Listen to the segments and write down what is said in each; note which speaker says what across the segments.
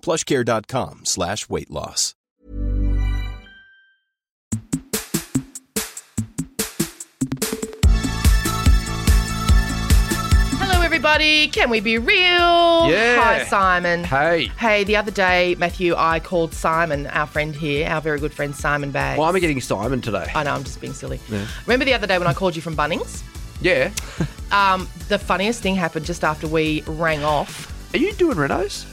Speaker 1: Plushcare.com slash weight loss.
Speaker 2: Hello, everybody. Can we be real? Yeah. Hi, Simon.
Speaker 3: Hey.
Speaker 2: Hey, the other day, Matthew, I called Simon, our friend here, our very good friend Simon Bags.
Speaker 3: Why am I getting Simon today?
Speaker 2: I know, I'm just being silly. Remember the other day when I called you from Bunnings?
Speaker 3: Yeah.
Speaker 2: Um, the funniest thing happened just after we rang off.
Speaker 3: Are you doing renos?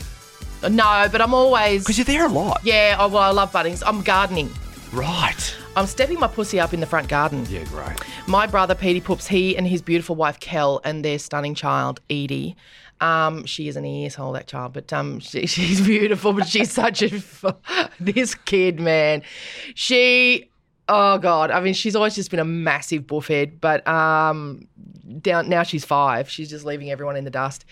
Speaker 2: No, but I'm always.
Speaker 3: Because you're there a lot.
Speaker 2: Yeah, oh, well, I love Bunnings. I'm gardening.
Speaker 3: Right.
Speaker 2: I'm stepping my pussy up in the front garden.
Speaker 3: Yeah, great.
Speaker 2: My brother Petey Poops, he and his beautiful wife Kel and their stunning child Edie. Um, she is an asshole that child, but um, she, she's beautiful. But she's such a f- this kid, man. She, oh god, I mean, she's always just been a massive buffhead. But um, down now she's five. She's just leaving everyone in the dust,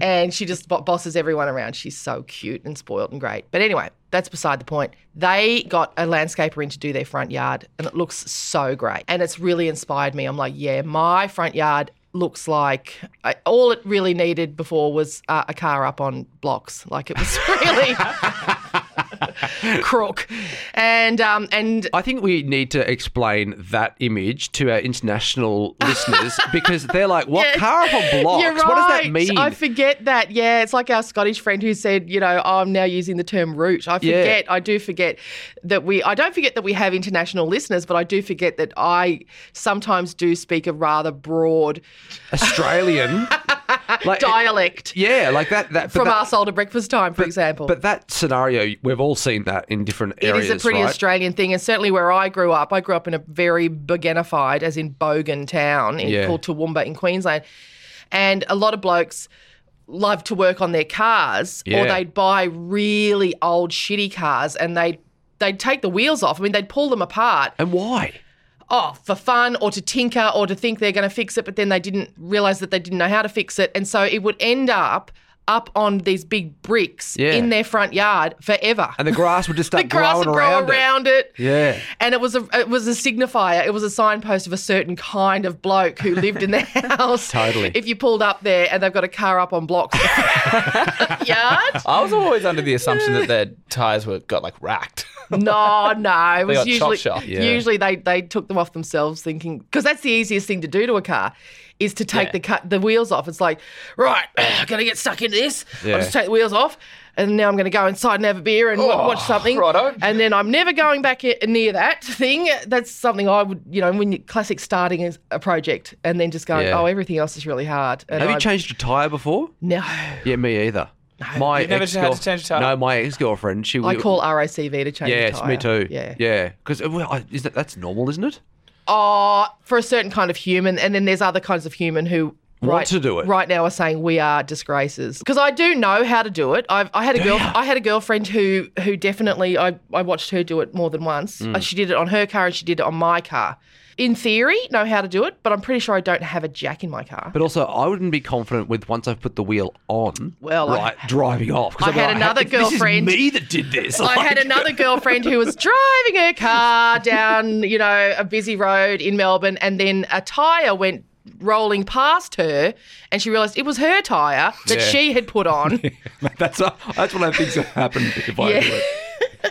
Speaker 2: and she just bo- bosses everyone around. She's so cute and spoiled and great. But anyway, that's beside the point. They got a landscaper in to do their front yard, and it looks so great. And it's really inspired me. I'm like, yeah, my front yard looks like I, all it really needed before was uh, a car up on blocks. Like it was really. crook and um and
Speaker 3: I think we need to explain that image to our international listeners because they're like, what
Speaker 2: Yeah.
Speaker 3: car of blocks?
Speaker 2: You're
Speaker 3: What does that
Speaker 2: right.
Speaker 3: mean?
Speaker 2: I forget that. Yeah, it's like our Scottish friend who said, you know, "Oh, I'm now using the term root. I
Speaker 3: Yeah.
Speaker 2: forget. I do forget that we. I don't forget that we have international listeners, but I do forget that I sometimes do speak a rather broad
Speaker 3: Australian. like,
Speaker 2: dialect
Speaker 3: Eh, Yeah, like that. that but
Speaker 2: from
Speaker 3: that,
Speaker 2: our soul to breakfast time, for example.
Speaker 3: But that scenario, we've all seen that in different
Speaker 2: It
Speaker 3: areas.
Speaker 2: is a pretty
Speaker 3: right?
Speaker 2: Australian thing, and certainly where I grew up, I grew up in a very boganified, as in bogan town in,
Speaker 3: Yeah.
Speaker 2: called Toowoomba in Queensland, and a lot of blokes love to work on their cars, or
Speaker 3: Yeah.
Speaker 2: they'd buy really old shitty cars, and they. would They'd take the wheels off. I mean, they'd pull them apart,
Speaker 3: And why?
Speaker 2: oh, for fun, or to tinker, or to think they're going to fix it, but then they didn't realize that they didn't know how to fix it, and so it would end up up on these big bricks
Speaker 3: Yeah.
Speaker 2: in their front yard forever
Speaker 3: And the grass would just start
Speaker 2: the grass would
Speaker 3: growing
Speaker 2: grow around,
Speaker 3: around. it.
Speaker 2: it.
Speaker 3: Yeah.
Speaker 2: And it was a it was a signifier. It was a signpost of a certain kind of bloke who lived in the house.
Speaker 3: Totally.
Speaker 2: If you pulled up there and they've got a car up on blocks, yard.
Speaker 4: I was always under the assumption that their tires were got like racked.
Speaker 2: No, no. It was
Speaker 4: got chop
Speaker 2: usually
Speaker 4: shop. Yeah.
Speaker 2: usually they they took them off themselves, thinking because that's the easiest thing to do to a car is to take
Speaker 4: Yeah.
Speaker 2: the cut the wheels off. It's like right, I'm gonna get stuck into this. I'll
Speaker 3: Yeah.
Speaker 2: just take the wheels off. And now I'm going to go inside and have a beer and wa-
Speaker 3: Oh,
Speaker 2: watch something.
Speaker 4: righto.
Speaker 2: And then I'm never going back i- near that thing. That's something I would, you know, when you classic starting is a project and then just going,
Speaker 3: Yeah.
Speaker 2: oh, everything else is really hard. And
Speaker 3: Have
Speaker 2: I-
Speaker 3: you changed your tyre before?
Speaker 2: No.
Speaker 3: Yeah, me either. My
Speaker 4: You've never
Speaker 3: ex
Speaker 4: had to change the title?
Speaker 3: No, my ex girlfriend. She.
Speaker 2: I call RACV to change.
Speaker 3: Yes,
Speaker 2: attire.
Speaker 3: me too.
Speaker 2: Yeah.
Speaker 3: Yeah. Because is that that's normal, isn't it?
Speaker 2: Oh, for a certain kind of human, and then there's other kinds of human who.
Speaker 3: Want
Speaker 2: right,
Speaker 3: to do it.
Speaker 2: right now are saying we are disgraces because I do know how to do it. I've, I had a girl, I had a girlfriend who who definitely I, I watched her do it more than once.
Speaker 3: Mm.
Speaker 2: Uh, She did it on her car and she did it on my car. In theory, know how to do it, but I'm pretty sure I don't have a jack in my car.
Speaker 3: But also, I wouldn't be confident with once I've put the wheel on.
Speaker 2: Well, I-
Speaker 3: right, driving off. 'cause
Speaker 2: I
Speaker 3: I'd be
Speaker 2: had another
Speaker 3: "Hey, this is
Speaker 2: girlfriend-
Speaker 3: me that did this.
Speaker 2: I had
Speaker 3: Like-
Speaker 2: another girlfriend who was driving her car down, you know, a busy road in Melbourne, and then a tyre went rolling past her, and she realised it was her tyre that
Speaker 3: Yeah.
Speaker 2: she had put on, and
Speaker 3: that's that's what I think's gonna happen if I
Speaker 2: Yeah.
Speaker 3: do it.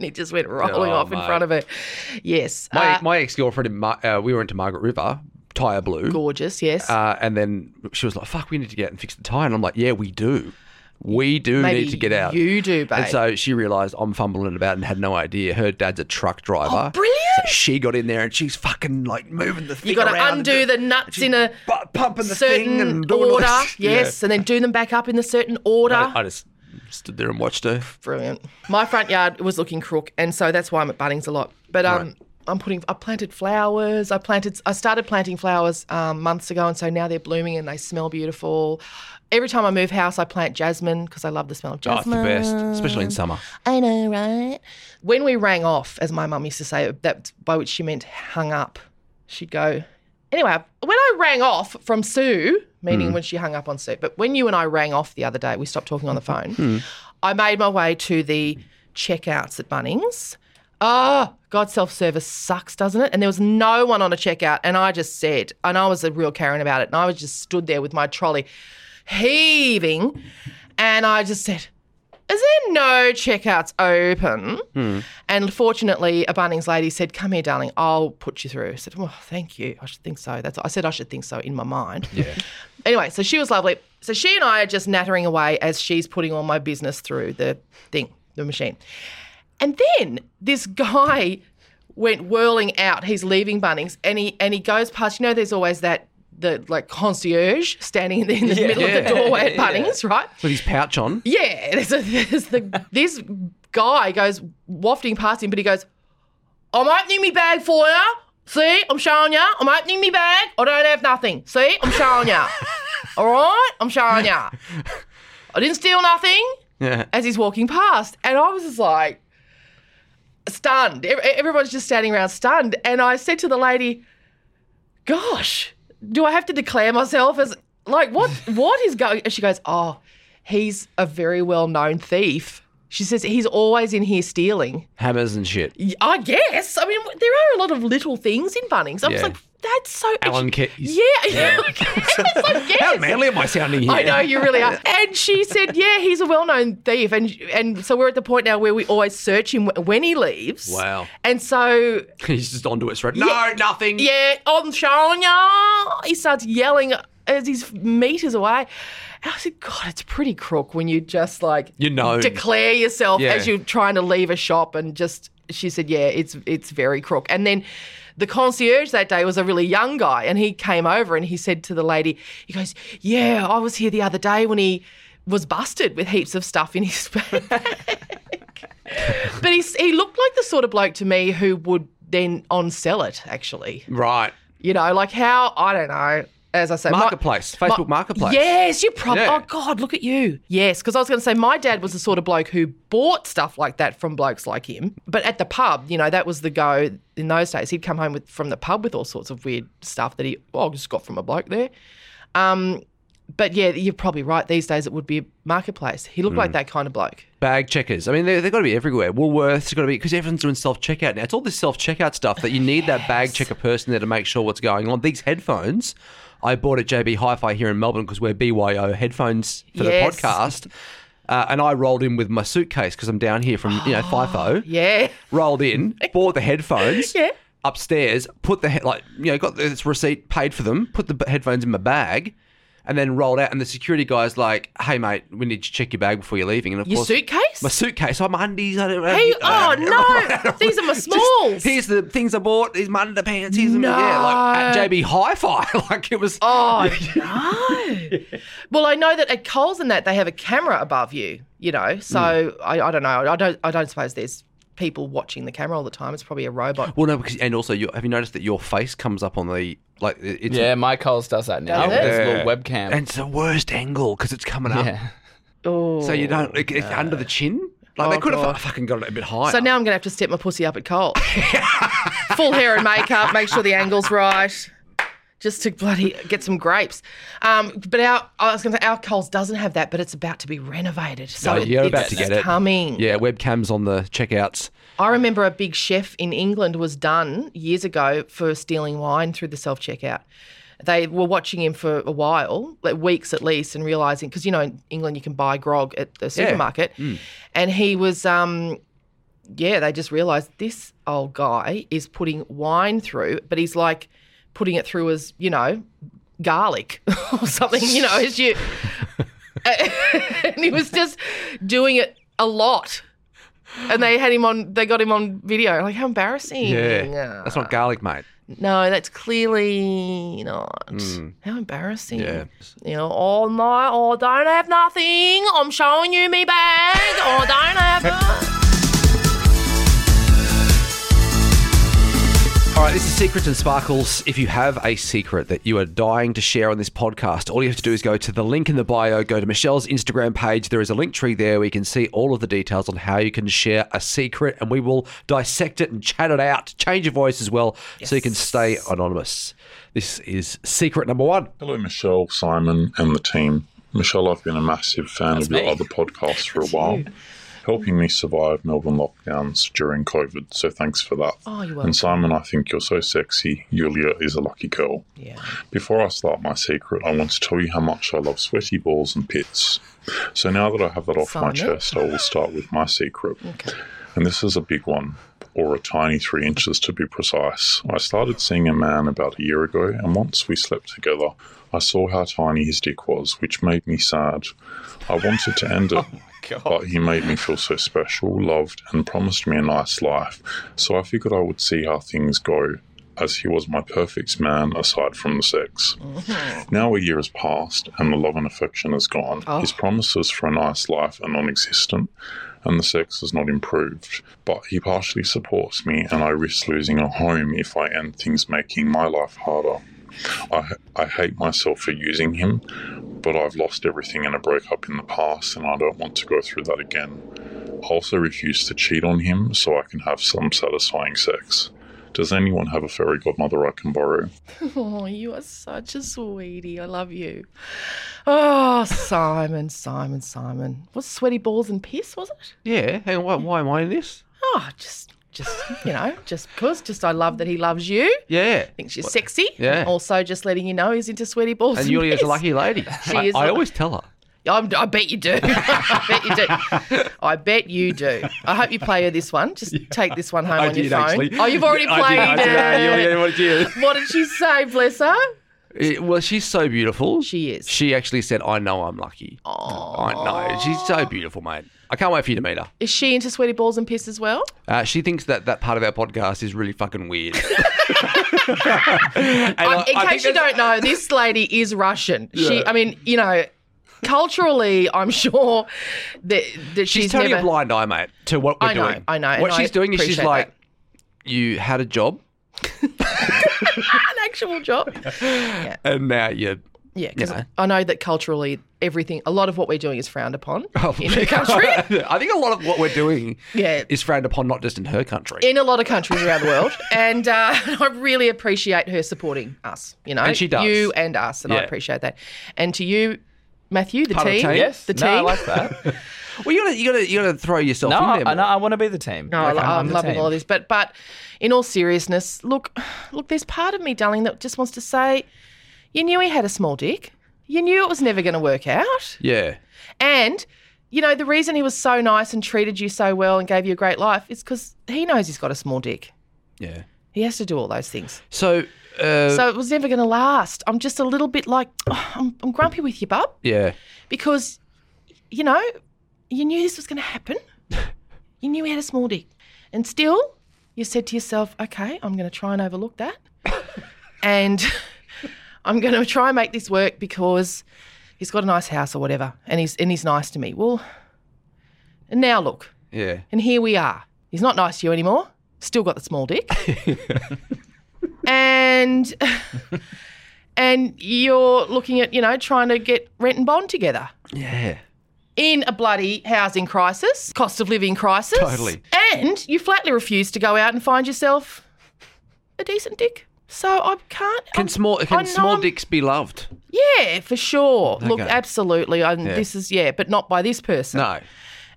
Speaker 2: it just went rolling
Speaker 3: Oh,
Speaker 2: off in
Speaker 3: mate.
Speaker 2: front of her. Yes,
Speaker 3: My
Speaker 2: uh,
Speaker 3: my ex girlfriend in Mar- uh, we went to Margaret River, tire blew.
Speaker 2: gorgeous. Yes,
Speaker 3: Uh, and then she was like, "Fuck, we need to get out and fix the tire." And I'm like, "Yeah, we do. We do
Speaker 2: Maybe
Speaker 3: need to get out."
Speaker 2: you do, babe.
Speaker 3: And so she realised I'm fumbling about and had no idea. Her dad's a truck driver.
Speaker 2: Oh, brilliant.
Speaker 3: So she got in there and she's fucking like moving the thing.
Speaker 2: you got to
Speaker 3: around
Speaker 2: undo
Speaker 3: and
Speaker 2: the nuts in a
Speaker 3: bu- pumping the thing
Speaker 2: certain
Speaker 3: and doing all
Speaker 2: order.
Speaker 3: this. Yeah.
Speaker 2: Yes, and then do them back up in a certain order.
Speaker 3: I, I just stood there and watched her.
Speaker 2: Brilliant. My front yard was looking crook, and so that's why I'm at Bunnings a lot. But um, I'm putting. I planted flowers. I planted. I started planting flowers um, months ago, and so now they're blooming and they smell beautiful. Every time I move house, I plant jasmine because I love the smell of
Speaker 3: Oh, it's the
Speaker 2: jasmine.
Speaker 3: best, especially in summer.
Speaker 2: I know, right? When we rang off, as my mum used to say, that by which she meant hung up. She'd go. Anyway, when I rang off from Sue, meaning when she hung up on Sue, but when you and I rang off the other day, we stopped talking on the phone. I made my way to the checkouts at Bunnings. Oh, God, self service sucks, doesn't it? And there was no one on a checkout. And I just said, and I was a real Karen about it. And I was just stood there with my trolley heaving. And I just said, Is there no checkouts open? And fortunately, a Bunnings lady said, Come here, darling, I'll put you through. I said, Well, thank you. I should think so. That's I said, I should think so in my mind. Yeah. anyway, so she was lovely. So she and I are just nattering away as she's putting all my business through the thing, the machine. And then this guy went whirling out. He's leaving Bunnings and he and he goes past, you know, there's always that the like concierge standing in the, in the middle of the doorway at Bunnings, right?
Speaker 3: With his pouch on.
Speaker 2: Yeah, there's a, there's the, this guy goes wafting past him, but he goes, "I'm opening me bag for ya. See, I'm showing ya. I'm opening me bag. I don't have nothing. See, I'm showing ya. All right, I'm showing ya. I didn't steal nothing."
Speaker 3: Yeah.
Speaker 2: As he's walking past, and I was just like stunned. Ev- e-, Everyone's just standing around stunned, and I said to the lady, gosh, do I have to declare myself as like what what is going and she goes, Oh, he's a very well known thief. She says he's always in here stealing.
Speaker 3: Hammers and shit.
Speaker 2: Y- I guess. I mean, there are a lot of little things in Bunnings. I was
Speaker 3: Yeah.
Speaker 2: like, that's so. and
Speaker 3: Alan
Speaker 2: she-
Speaker 3: Keys.
Speaker 2: Yeah, yeah. I guess. I guess.
Speaker 3: How manly am I sounding here?
Speaker 2: I know you really are. And she said, "Yeah, he's a well-known thief." And and so we're at the point now where we always search him when he leaves.
Speaker 3: Wow.
Speaker 2: And so
Speaker 3: He's just onto it straight. No, nothing.
Speaker 2: yeah, I'm showing ya. He starts yelling as he's meters away. And I said, God, it's pretty crook when you just like
Speaker 3: You know.
Speaker 2: declare yourself
Speaker 3: Yeah.
Speaker 2: as you're trying to leave a shop and just. She said, yeah, it's it's very crook. And then the concierge that day was a really young guy, and he came over and he said to the lady, he goes, yeah, I was here the other day when he was busted with heaps of stuff in his bag. but he he looked like the sort of bloke to me who would then on sell it actually.
Speaker 3: Right.
Speaker 2: You know, like how I don't know. As I say, my-
Speaker 3: Marketplace. Facebook Marketplace.
Speaker 2: Yes, you probably.
Speaker 3: Yeah.
Speaker 2: Oh God, look at you. Yes, because I was going to say my dad was the sort of bloke who bought stuff like that from blokes like him. But at the pub, you know, that was the go in those days. He'd come home with from the pub with all sorts of weird stuff that he oh, I just got from a bloke there. Um, but yeah, you're probably right. These days it would be a marketplace. He looked like
Speaker 3: Mm.
Speaker 2: that kind of bloke.
Speaker 3: Bag checkers. I mean, they, they've got to be everywhere. Woolworths got to be because everyone's doing self checkout now. It's all this self checkout stuff that you need that bag checker person there to make sure what's going on. These headphones I bought at JB Hi Fi here in Melbourne because we're BYO headphones for
Speaker 2: Yes.
Speaker 3: the podcast. Uh, and I rolled in with my suitcase because I'm down here from, you know, FIFO.
Speaker 2: Yeah.
Speaker 3: rolled in, bought the headphones.
Speaker 2: Yeah.
Speaker 3: Upstairs, put the he- like you know got this receipt, paid for them, put the b- headphones in my bag, and then rolled out. And the security guy's like, "Hey mate, we need to check your bag before you're leaving." And of
Speaker 2: Your
Speaker 3: course,
Speaker 2: suitcase?
Speaker 3: my suitcase, oh, my undies. I don't know.
Speaker 2: Hey, oh no, these are my smalls.
Speaker 3: Here's the things I bought. Here's my underpants. Here's no. yeah, like at
Speaker 2: No.
Speaker 3: JB Hi-Fi. like it was.
Speaker 2: oh no. Well, I know that at Coles and that they have a camera above you, you know. So
Speaker 3: Hmm.
Speaker 2: I, I don't know. I don't. I don't suppose there's people watching the camera all the time. It's probably a robot.
Speaker 3: Well, no, because and also, you, have you noticed that your face comes up on the like? it- It's
Speaker 4: Yeah, my Coles does that now.
Speaker 2: Does it?
Speaker 4: There's a
Speaker 3: Yeah.
Speaker 4: little webcam.
Speaker 3: and it's the worst angle because it's coming up.
Speaker 4: yeah.
Speaker 2: Oh.
Speaker 3: So you don't it, it's under the chin. Like they
Speaker 2: Oh,
Speaker 3: could have
Speaker 2: God.
Speaker 3: fucking got it a bit higher.
Speaker 2: So now I'm going to have to step my pussy up at Coles. Full hair and makeup. Make sure the angle's right. Just to bloody get some grapes. Um, but our I was going to say our Coles doesn't have that, but it's about to be renovated. So
Speaker 3: No, you're
Speaker 2: it's
Speaker 3: about to get it.
Speaker 2: coming.
Speaker 3: yeah, webcams on the checkouts.
Speaker 2: I remember a big chef in England was done years ago for stealing wine through the self checkout. They were watching him for a while, like weeks at least, and realizing because you know in England you can buy grog at the supermarket, and he was, um, yeah, they just realized this old guy is putting wine through, but he's like putting it through as you know garlic or something, you know, as you, and he was just doing it a lot and they had him on. They got him on video. Like how embarrassing!
Speaker 3: Yeah,
Speaker 2: Ah.
Speaker 3: that's not garlic, mate.
Speaker 2: no, that's clearly not. How embarrassing!
Speaker 3: Mm. Yeah.
Speaker 2: you know, oh no, oh don't have nothing. I'm showing you me bag. oh don't have.
Speaker 3: All right, this is Secrets and Sparkles. If you have a secret that you are dying to share on this podcast, all you have to do is go to the link in the bio, go to Michelle's Instagram page. There is a link tree there where you can see all of the details on how you can share a secret, and we will dissect it and chat it out. Change your voice as well so you can stay anonymous. This is secret number one.
Speaker 5: Hello, Michelle, Simon, and the team. Michelle, I've been a massive fan of your other podcasts for a while, helping me survive Melbourne lockdowns during COVID. So thanks for that.
Speaker 2: Oh, you're welcome.
Speaker 5: and Simon, I think you're so sexy. Yulia is a lucky girl.
Speaker 2: Yeah.
Speaker 5: Before I start my secret, I want to tell you how much I love sweaty balls and pits. So now that I have that off my
Speaker 2: Simon.
Speaker 5: chest, I will start with my secret. And this is a big one, or a tiny three inches to be precise. I started seeing a man about a year ago, and once we slept together, I saw how tiny his dick was, which made me sad. I wanted to end it, but he made me feel so special, loved, and promised me a nice life. So I figured I would see how things go, as he was my perfect man aside from the sex. Now a year has passed, and the love and affection is gone. His promises for a nice life are non existent and the sex has not improved. But he partially supports me, and I risk losing a home if I end things making my life harder. I, I hate myself for using him, but I've lost everything in a breakup in the past, and I don't want to go through that again. I also refuse to cheat on him so I can have some satisfying sex. Does anyone have a fairy godmother I can borrow?
Speaker 2: Oh, you are such a sweetie. I love you. Oh, Simon, Simon, Simon. Was sweaty balls and piss? Was it?
Speaker 3: Yeah, hang on, why, why am I in this?
Speaker 2: Oh, just, just you know, just cause. Just I love that he loves you.
Speaker 3: Yeah.
Speaker 2: thinks you're sexy.
Speaker 3: Yeah.
Speaker 2: And also, just letting you know he's into sweaty balls.
Speaker 3: And Yulia's a
Speaker 2: piss.
Speaker 3: lucky lady.
Speaker 2: She
Speaker 3: I,
Speaker 2: is
Speaker 3: I
Speaker 2: lu-
Speaker 3: always tell her.
Speaker 2: I'm, I bet you do. I bet you do. I bet you do. I hope you play her this one. Just take this one home on your phone. Oh, you've already played it.
Speaker 3: what did
Speaker 2: What did she say, bless her?
Speaker 3: It- Eh, well, she's so beautiful.
Speaker 2: She is.
Speaker 3: She actually said, "I know I'm lucky." I know. She's so beautiful, mate. I can't wait for you to meet her.
Speaker 2: Is she into sweaty balls and piss as well?
Speaker 3: Uh, she thinks that that part of our podcast is really fucking weird. And I-
Speaker 2: Um, in
Speaker 3: I think
Speaker 2: case you don't
Speaker 3: that's-
Speaker 2: know, this lady is Russian. She, I mean, you know, culturally, I'm sure that, that
Speaker 3: she's,
Speaker 2: she's,
Speaker 3: turning
Speaker 2: never.
Speaker 3: a blind eye, mate, to what we're
Speaker 2: I know,
Speaker 3: doing.
Speaker 2: I know, and
Speaker 3: What
Speaker 2: I
Speaker 3: she's doing is she's
Speaker 2: appreciate
Speaker 3: like, "You had a job,
Speaker 2: An actual job.
Speaker 3: and now you're."
Speaker 2: Yeah, because
Speaker 3: You know.
Speaker 2: I know that culturally, everything, a lot of what we're doing is frowned upon
Speaker 3: Oh
Speaker 2: in the country.
Speaker 3: I think a lot of what we're doing
Speaker 2: Yeah.
Speaker 3: is frowned upon, not just in her country.
Speaker 2: in a lot of countries around the world. And uh, I really appreciate her supporting us, you know.
Speaker 3: And she does.
Speaker 2: You and us, and I
Speaker 3: Yeah.
Speaker 2: apprete that. And to you, Matthew, the
Speaker 3: Part of the
Speaker 2: team.
Speaker 3: team?
Speaker 4: Yes.
Speaker 2: The
Speaker 4: no,
Speaker 2: team.
Speaker 4: I like that.
Speaker 3: well, you gotta, you gotta, you gotta throw yourself
Speaker 4: no,
Speaker 3: in
Speaker 4: I,
Speaker 3: there.
Speaker 4: I,
Speaker 3: mate.
Speaker 4: no, I want to be the team.
Speaker 2: No, I
Speaker 4: Like,
Speaker 2: I'm
Speaker 4: the
Speaker 2: loving
Speaker 4: team.
Speaker 2: all of this, but but in all seriousness, look, look, there's part of me, darling, that just wants to say, you knew he had a small dick, you knew it was never going to work out,
Speaker 3: Yeah.
Speaker 2: and you know the reason he was so nice and treated you so well and gave you a great life is because he knows he's got a small dick.
Speaker 3: Yeah.
Speaker 2: He has to do all those things.
Speaker 3: So, uh,
Speaker 2: So it was never going to last. I'm just a little bit like, "Oh, I'm, I'm grumpy with you, bub,
Speaker 3: yeah.
Speaker 2: because, you know, you knew this was going to happen. You knew he had a small dick. And still, you said to yourself, okay, I'm going to try and overlook that. and I'm going to try and make this work because he's got a nice house or whatever, and he's and he's nice to me. Well, and now look,
Speaker 3: Yeah.
Speaker 2: and here we are. He's not nice to you anymore. Still got the small dick. and and you're looking at, you know, trying to get rent and bond together.
Speaker 3: Yeah.
Speaker 2: In a bloody housing crisis, cost of living crisis.
Speaker 3: Totally.
Speaker 2: And you flatly refuse to go out and find yourself a decent dick. So I can't.
Speaker 3: Can
Speaker 2: I'm-
Speaker 3: small
Speaker 2: I
Speaker 3: can
Speaker 2: know
Speaker 3: small
Speaker 2: I'm-
Speaker 3: dicks be loved?
Speaker 2: Yeah, for sure. Look,
Speaker 3: Okay.
Speaker 2: absolutely. And
Speaker 3: Yeah.
Speaker 2: this is yeah, but not by this person.
Speaker 3: No.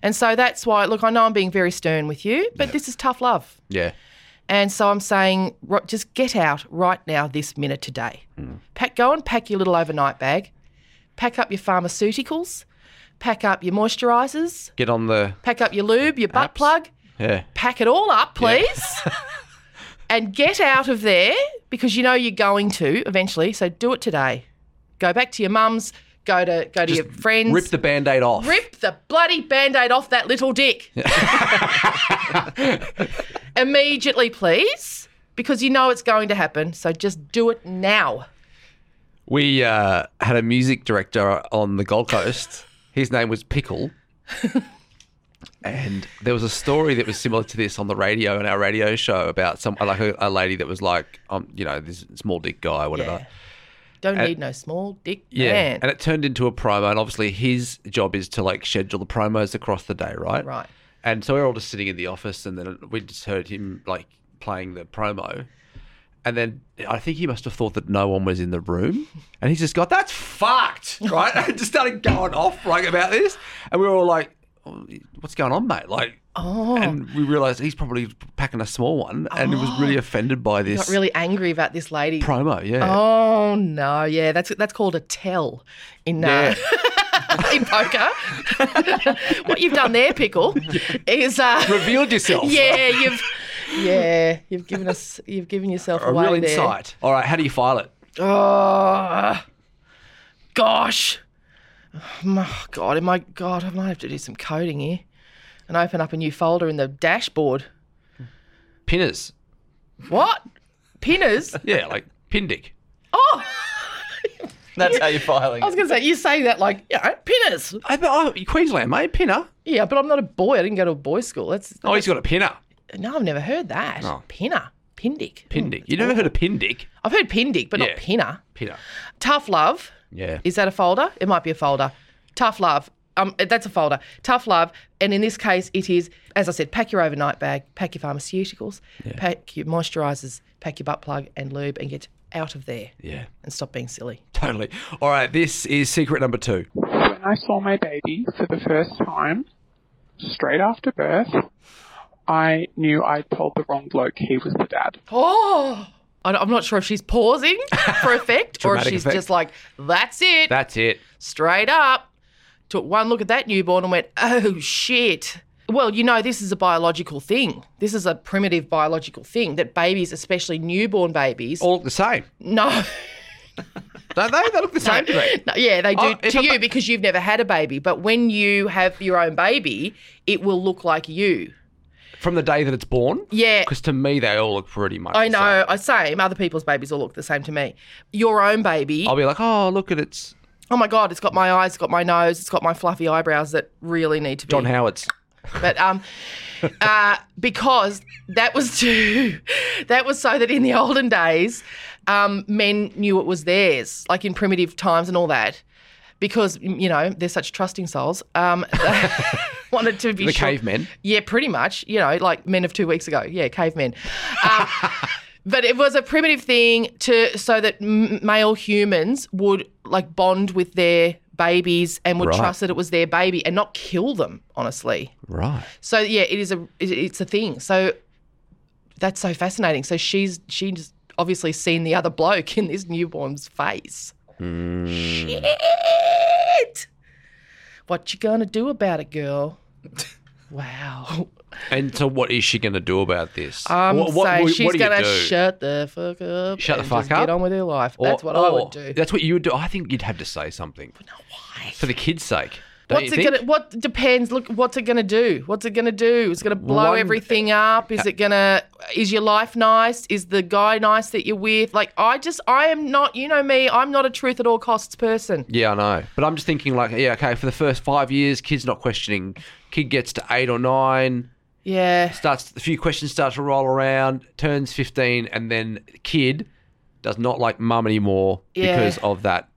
Speaker 2: And so that's why. Look, I know I'm being very stern with you, but this is tough love.
Speaker 3: Yeah.
Speaker 2: And so I'm saying, ro- just get out right now, this minute today.
Speaker 3: Hmm.
Speaker 2: Pack, go and pack your little overnight bag. Pack up your pharmaceuticals. Pack up your moisturisers.
Speaker 3: Get on the
Speaker 2: Pack up your lube, your butt
Speaker 3: Apps.
Speaker 2: plug.
Speaker 3: yeah.
Speaker 2: Pack it all up, please. and get out of there because you know you're going to eventually. So do it today. Go back to your mum's. Go to go to your friends.
Speaker 3: Rip the band-aid off.
Speaker 2: Rip the bloody band aid off that little dick. Immediately, please, because you know it's going to happen. So just do it now.
Speaker 3: We uh, had a music director on the Gold Coast. His name was Pickle. and there was a story that was similar to this on the radio in our radio show about some like a, a lady that was like, um, you know, this small dick guy or whatever.
Speaker 2: Yeah. Don't need no small dick
Speaker 3: Yeah.
Speaker 2: man.
Speaker 3: And it turned into a promo. And obviously, his job is to like schedule the promos across the day, right?
Speaker 2: Right.
Speaker 3: And so we we're all just sitting in the office, and then we just heard him like playing the promo. And then I think he must have thought that no one was in the room. And he's just got, that's fucked, right? And just started going off, right, about this. And we were all like, "Oh, what's going on, mate? Like, oh. And we realized he's probably packing a small one. And he was really offended by
Speaker 2: Oh. Got
Speaker 3: this
Speaker 2: really angry about this lady.
Speaker 3: promo. Yeah.
Speaker 2: Oh no, yeah, that's that's called a tell in uh, in poker. what you've done there, pickle, is uh,
Speaker 3: Revealed yourself.
Speaker 2: yeah, you've yeah, you've given us you've given yourself
Speaker 3: A
Speaker 2: away
Speaker 3: real
Speaker 2: there.
Speaker 3: insight. All right, how do you file it?
Speaker 2: Oh, gosh. Oh, my God, my God, I might have to do some coding here and open up a new folder in the dashboard.
Speaker 3: Pinners.
Speaker 2: What? Pinners?
Speaker 3: Yeah, like pin dick.
Speaker 2: Oh,
Speaker 4: That's how you're filing.
Speaker 2: I was going to say, you say that like, you know, pinners.
Speaker 3: I, I, Queensland, mate, pinner.
Speaker 2: Yeah, but I'm not a boy. I didn't go to a boys' school. That's
Speaker 3: Oh, he's got a pinner.
Speaker 2: No, I've never heard that.
Speaker 3: Oh.
Speaker 2: Pinner. Pindick.
Speaker 3: Pin dick. You never heard of pin dick?
Speaker 2: I've heard pindick, but
Speaker 3: Yeah.
Speaker 2: not pinner.
Speaker 3: Pinner.
Speaker 2: Tough love.
Speaker 3: Yeah.
Speaker 2: Is that a folder? It might be a folder. Tough love. Um, that's a folder. Tough love. And in this case, it is, as I said, pack your overnight bag, pack your pharmaceuticals, pack your moisturisers, pack your butt plug and lube and get out of there
Speaker 3: yeah.
Speaker 2: and stop being silly.
Speaker 3: Totally. All right, this is secret number two.
Speaker 6: when I saw my baby for the first time, straight after birth, I knew I'd told the wrong bloke he was the dad.
Speaker 2: Oh! I don't- I'm not sure if she's pausing for effect or if
Speaker 3: Dramatic
Speaker 2: she's
Speaker 3: effect.
Speaker 2: just like, that's it,
Speaker 3: That's it.
Speaker 2: straight up. Took one look at that newborn and went, oh shit. Well, you know, this is a biological thing. This is a primitive biological thing that babies, especially newborn babies,
Speaker 3: All look the same,
Speaker 2: No,
Speaker 3: don't they? They look the same to me.
Speaker 2: no, yeah, they do
Speaker 3: Oh, if
Speaker 2: to
Speaker 3: a
Speaker 2: you
Speaker 3: ba-
Speaker 2: because you've never had a baby. But when you have your own baby, it will look like you.
Speaker 3: From the day that it's born?
Speaker 2: Yeah.
Speaker 3: Because to me, they all look pretty much
Speaker 2: I
Speaker 3: the
Speaker 2: know,
Speaker 3: same.
Speaker 2: I same. Other people's babies all look the same to me. Your own baby.
Speaker 3: I'll be like, oh, look at it's
Speaker 2: oh my god, it's got my eyes, it's got my nose, it's got my fluffy eyebrows that really need to be.
Speaker 3: John Howard's.
Speaker 2: but um, uh, because that was to that was so that in the olden days, um, men knew it was theirs, like in primitive times and all that, because you know they're such trusting souls. Um, they wanted to be
Speaker 3: The
Speaker 2: sure-
Speaker 3: cavemen.
Speaker 2: yeah, pretty much. You know, like men of two weeks ago. Yeah, cavemen. Um, but it was a primitive thing to so that m- male humans would like bond with their babies and would
Speaker 3: Right.
Speaker 2: trust that it was their baby and not kill them. Honestly,
Speaker 3: Right.
Speaker 2: so yeah, it is a it- it's a thing. So that's so fascinating. So she's she's obviously seen the other bloke in this newborn's face.
Speaker 3: Mm.
Speaker 2: Shit! What you gonna do about it, girl? wow.
Speaker 3: And so, what is she going to do about this?
Speaker 2: I'm
Speaker 3: What- what-
Speaker 2: saying
Speaker 3: what-
Speaker 2: she's
Speaker 3: what do you
Speaker 2: gonna
Speaker 3: do?
Speaker 2: shut the fuck up.
Speaker 3: Shut the
Speaker 2: and
Speaker 3: fuck
Speaker 2: just
Speaker 3: up?
Speaker 2: Get on with her life.
Speaker 3: Or-
Speaker 2: that's what I
Speaker 3: or-
Speaker 2: would do.
Speaker 3: That's what you would do. I think you'd have to say something. No, why? For the kids' sake. Don't
Speaker 2: What's
Speaker 3: you
Speaker 2: it
Speaker 3: think?
Speaker 2: gonna? What depends. Look, what's it gonna do? What's it gonna do? It's gonna blow
Speaker 3: One- eh,
Speaker 2: everything up. Is it gonna? Is your life nice? Is the guy nice that you're with? Like, I just, I am not. You know me. I'm not a truth at all costs person.
Speaker 3: Yeah, I know. But I'm just thinking, like, yeah, okay, for the first five years, kid's not questioning. Kid gets to eight or nine,
Speaker 2: Yeah.
Speaker 3: starts a few questions start to roll around, turns 15, and then kid does not like mum anymore
Speaker 2: Yeah.
Speaker 3: because of that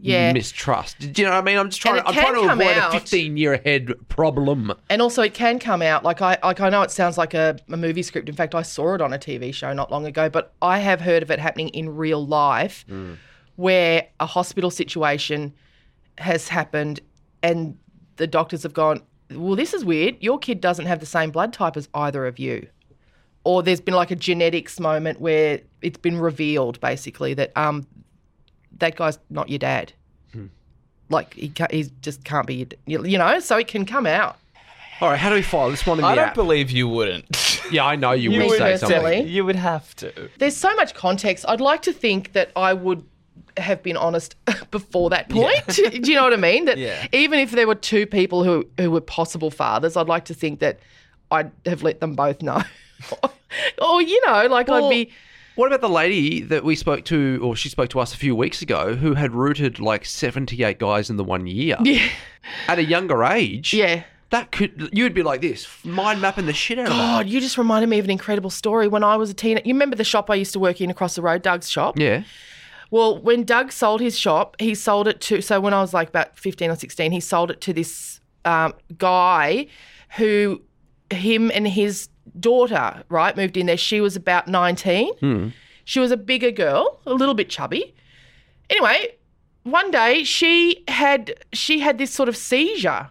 Speaker 2: Yeah.
Speaker 3: mistrust. Do you know what I mean? I'm just
Speaker 2: And
Speaker 3: trying.
Speaker 2: it
Speaker 3: To, I'm
Speaker 2: can
Speaker 3: trying to
Speaker 2: come
Speaker 3: avoid
Speaker 2: out.
Speaker 3: a 15 year ahead problem.
Speaker 2: And also, it can come out like I like I know it sounds like a, a movie script. In fact, I saw it on a TV show not long ago. But I have heard of it happening in real life, where a hospital situation has happened, and the doctors have gone, "Well, this is weird. Your kid doesn't have the same blood type as either of you." Or there's been like a genetics moment where it's been revealed basically that um that guy's not your dad. Like he ca he just can't be, your d- you know. So it can come out.
Speaker 3: All right, how do we file this one in the
Speaker 4: I don't
Speaker 3: app?
Speaker 4: believe you wouldn't.
Speaker 3: yeah, I know you,
Speaker 2: You
Speaker 3: will
Speaker 2: would
Speaker 3: say
Speaker 2: definitely.
Speaker 3: something.
Speaker 4: you would have to.
Speaker 2: there's so much context. I'd like to think that I would have been honest before that point. Do you know what I mean? That
Speaker 4: Yeah.
Speaker 2: even if there were two people who, who were possible fathers, I'd like to think that I'd have let them both know. or, you know, like I'd
Speaker 3: Well,
Speaker 2: be.
Speaker 3: What about the lady that we spoke to, or she spoke to us a few weeks ago, who had rooted like 78 guys in the one year
Speaker 2: Yeah.
Speaker 3: at a younger age?
Speaker 2: Yeah.
Speaker 3: That could, you'd be like this, mind mapping the shit out of
Speaker 2: God,
Speaker 3: that.
Speaker 2: you just reminded me of an incredible story. When I was a teenager, you remember the shop I used to work in across the road, Doug's shop?
Speaker 3: Yeah.
Speaker 2: Well, when Doug sold his shop, he sold it to. So when I was like about fifteen or sixteen, he sold it to this um, guy, who him and his daughter right moved in there. She was about nineteen. She was a bigger girl, a little bit chubby. Anyway, one day she had she had this sort of seizure.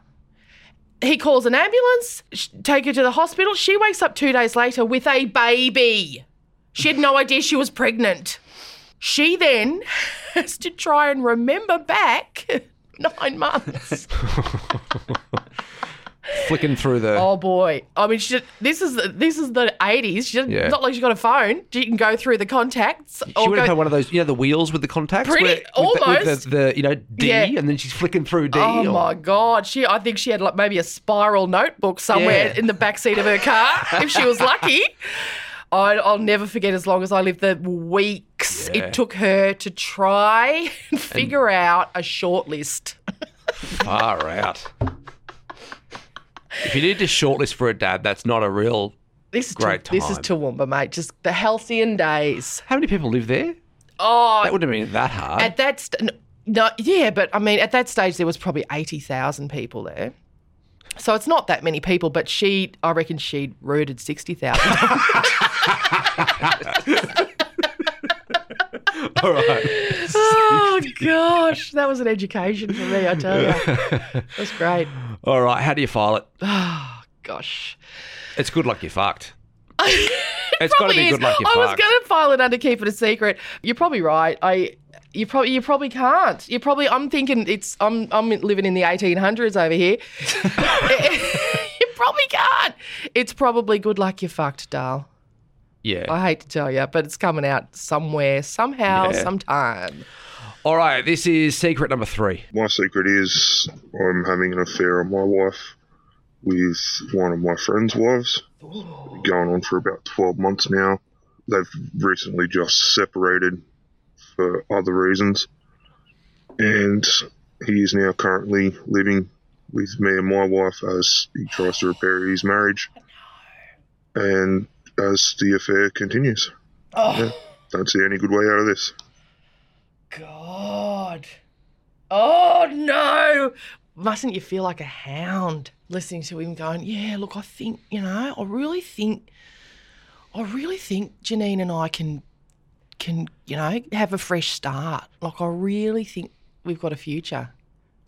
Speaker 2: He calls an ambulance, sh- take her to the hospital. She wakes up two days later with a baby. She had no idea she was pregnant. She then has to try and remember back nine months.
Speaker 3: Flicking through the.
Speaker 2: oh boy! I mean, she, this is this is the eighties. She
Speaker 3: Yeah.
Speaker 2: Not like she got a phone. She can go through the contacts.
Speaker 3: she would
Speaker 2: go,
Speaker 3: have had one of those, you know, the wheels with the contacts,
Speaker 2: Pretty-
Speaker 3: where, with the- with
Speaker 2: almost.
Speaker 3: the, the, you know, D,
Speaker 2: Yeah.
Speaker 3: and then she's flicking through D.
Speaker 2: Oh
Speaker 3: or-
Speaker 2: my god! She, I think she had like maybe a spiral notebook somewhere
Speaker 3: Yeah.
Speaker 2: in the back seat of her car if she was lucky. I, I'll never forget as long as I live the weeks
Speaker 3: Yeah.
Speaker 2: it took her to try and figure out a short list.
Speaker 3: Far out. If you need to shortlist for a dad, that's not a real.
Speaker 2: This is
Speaker 3: Great
Speaker 2: Toow- this is
Speaker 3: time.
Speaker 2: Toowoomba, mate. Just the halcyon days.
Speaker 3: How many people live there?
Speaker 2: Oh,
Speaker 3: That wouldn't have been that hard.
Speaker 2: at that st- n- no, yeah, but I mean, at that stage there was probably eighty thousand people there. So it's not that many people, but she, I reckon, she rooted sixty thousand.
Speaker 3: All right.
Speaker 2: oh gosh, that was an education for me, I tell you. That was great.
Speaker 3: All right. How do you file it?
Speaker 2: Gosh,
Speaker 3: It's good luck you fucked. it's got to
Speaker 2: Probably
Speaker 3: be
Speaker 2: is.
Speaker 3: good luck you
Speaker 2: I was
Speaker 3: fucked.
Speaker 2: going to file it under keep it a secret. You're probably right. I. You probably you probably can't. You probably I'm thinking it's I'm I'm living in the 1800s over here. you probably can't. It's probably good luck you fucked, Dal.
Speaker 3: Yeah.
Speaker 2: I hate to tell you, but it's coming out somewhere, somehow,
Speaker 3: Yeah.
Speaker 2: sometime.
Speaker 3: All right. This is secret number three.
Speaker 7: My secret is I'm having an affair on my wife with one of my friend's wives. Going on for about 12 months now. They've recently just separated for other reasons. And he is now currently living with me and my wife as he tries to repair his marriage. And as the affair continues. Yeah, don't see any good way out of this.
Speaker 2: God. Oh no. Mustn't you feel like a hound listening to him going, Yeah, look, I think, you know, I really think I really think Janine and I can can, you know, have a fresh start. Like I really think we've got a future.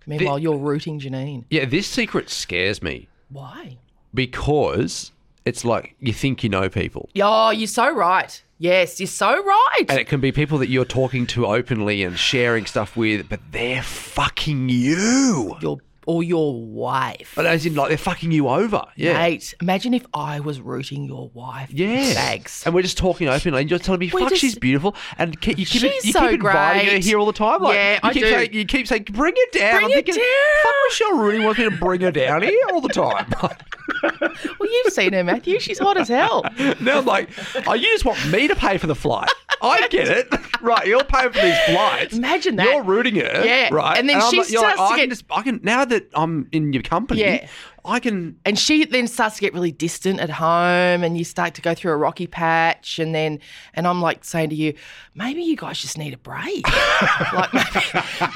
Speaker 2: Meanwhile, you're rooting Janine.
Speaker 3: Yeah. This secret scares me
Speaker 2: Why?
Speaker 3: because it's like you think you know people.
Speaker 2: Oh, you're so right. Yes, you're so right.
Speaker 3: And it can be people that you're talking to openly and sharing stuff with, but they're fucking you.
Speaker 2: your or your wife.
Speaker 3: But as in, like, they're fucking you over. Yeah.
Speaker 2: Mate, imagine if I was rooting your wife.
Speaker 3: Yeah.
Speaker 2: Bags.
Speaker 3: And we're just talking openly. And you're telling me,
Speaker 2: We
Speaker 3: fuck,
Speaker 2: just-
Speaker 3: she's beautiful. And ke- you keep,
Speaker 2: She's
Speaker 3: you
Speaker 2: so
Speaker 3: keep inviting her
Speaker 2: great.
Speaker 3: here all the time. Like,
Speaker 2: Yeah,
Speaker 3: you
Speaker 2: I
Speaker 3: keep
Speaker 2: do.
Speaker 3: Saying, you keep saying, bring her down.
Speaker 2: Bring
Speaker 3: I'm
Speaker 2: her
Speaker 3: thinking,
Speaker 2: down.
Speaker 3: Fuck, Michelle Rooney wants me to bring her down here all the time.
Speaker 2: Well, you've seen her, Matthew. She's hot as hell.
Speaker 3: now I'm like, oh, you just want me to pay for the flight. I get it. Right, you're paying for these flights.
Speaker 2: Imagine that.
Speaker 3: You're rooting her.
Speaker 2: Yeah,
Speaker 3: Right.
Speaker 2: and then
Speaker 3: I'm
Speaker 2: she
Speaker 3: you're
Speaker 2: starts to
Speaker 3: I can
Speaker 2: get-
Speaker 3: just, I can, now that I'm in your company,
Speaker 2: Yeah.
Speaker 3: I can
Speaker 2: And she then starts to get really distant at home, and you start to go through a rocky patch. And then, and I'm like saying to you, maybe you guys just need a break. like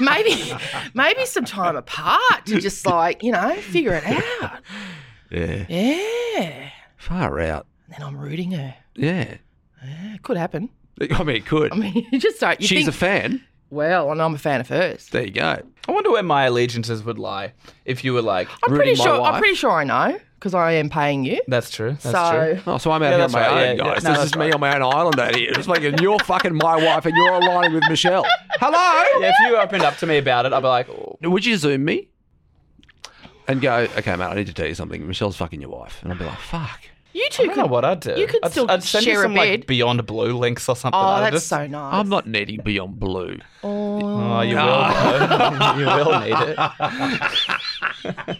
Speaker 2: maybe, maybe, maybe some time apart to just like you know figure it out. Yeah. Yeah.
Speaker 3: far out.
Speaker 2: And then I'm rooting her.
Speaker 3: Yeah.
Speaker 2: Yeah, it could happen.
Speaker 3: I mean, it could.
Speaker 2: I mean, you just don't. You
Speaker 3: She's
Speaker 2: think,
Speaker 3: a fan.
Speaker 2: Well, and I'm a fan of hers.
Speaker 3: There you go.
Speaker 4: I wonder where my allegiances would lie if you were like
Speaker 2: I'm
Speaker 4: rooting
Speaker 2: pretty
Speaker 4: my
Speaker 2: sure.
Speaker 4: wife.
Speaker 2: I'm pretty sure I know because I am paying you.
Speaker 4: That's true. That's
Speaker 2: so.
Speaker 4: true.
Speaker 3: Oh, so I'm out
Speaker 4: Yeah,
Speaker 3: here on
Speaker 4: that's
Speaker 3: my
Speaker 4: right.
Speaker 3: own,
Speaker 4: Yeah, yeah.
Speaker 3: guys.
Speaker 4: No,
Speaker 3: this
Speaker 4: that's
Speaker 3: is me on my own island out here. It's like, and you're fucking my wife and you're aligning with Michelle. Hello?
Speaker 4: Yeah, if you opened up to me about it, I'd be like, oh.
Speaker 3: Would you Zoom me? And go, okay, mate, I need to tell you something. Michelle's fucking your wife. And I'd be like, fuck.
Speaker 2: You
Speaker 4: I
Speaker 2: two
Speaker 4: don't know
Speaker 2: could.
Speaker 4: what I'd do.
Speaker 2: you could
Speaker 4: I'd,
Speaker 2: still
Speaker 4: I'd send you
Speaker 2: share a
Speaker 4: some like
Speaker 2: bed.
Speaker 4: Beyond Blue links or something.
Speaker 2: Oh,
Speaker 4: I'd
Speaker 2: that's
Speaker 4: just-
Speaker 2: so nice.
Speaker 3: I'm not needing Beyond Blue.
Speaker 4: Oh, you will. though.
Speaker 2: Ah.
Speaker 4: you will need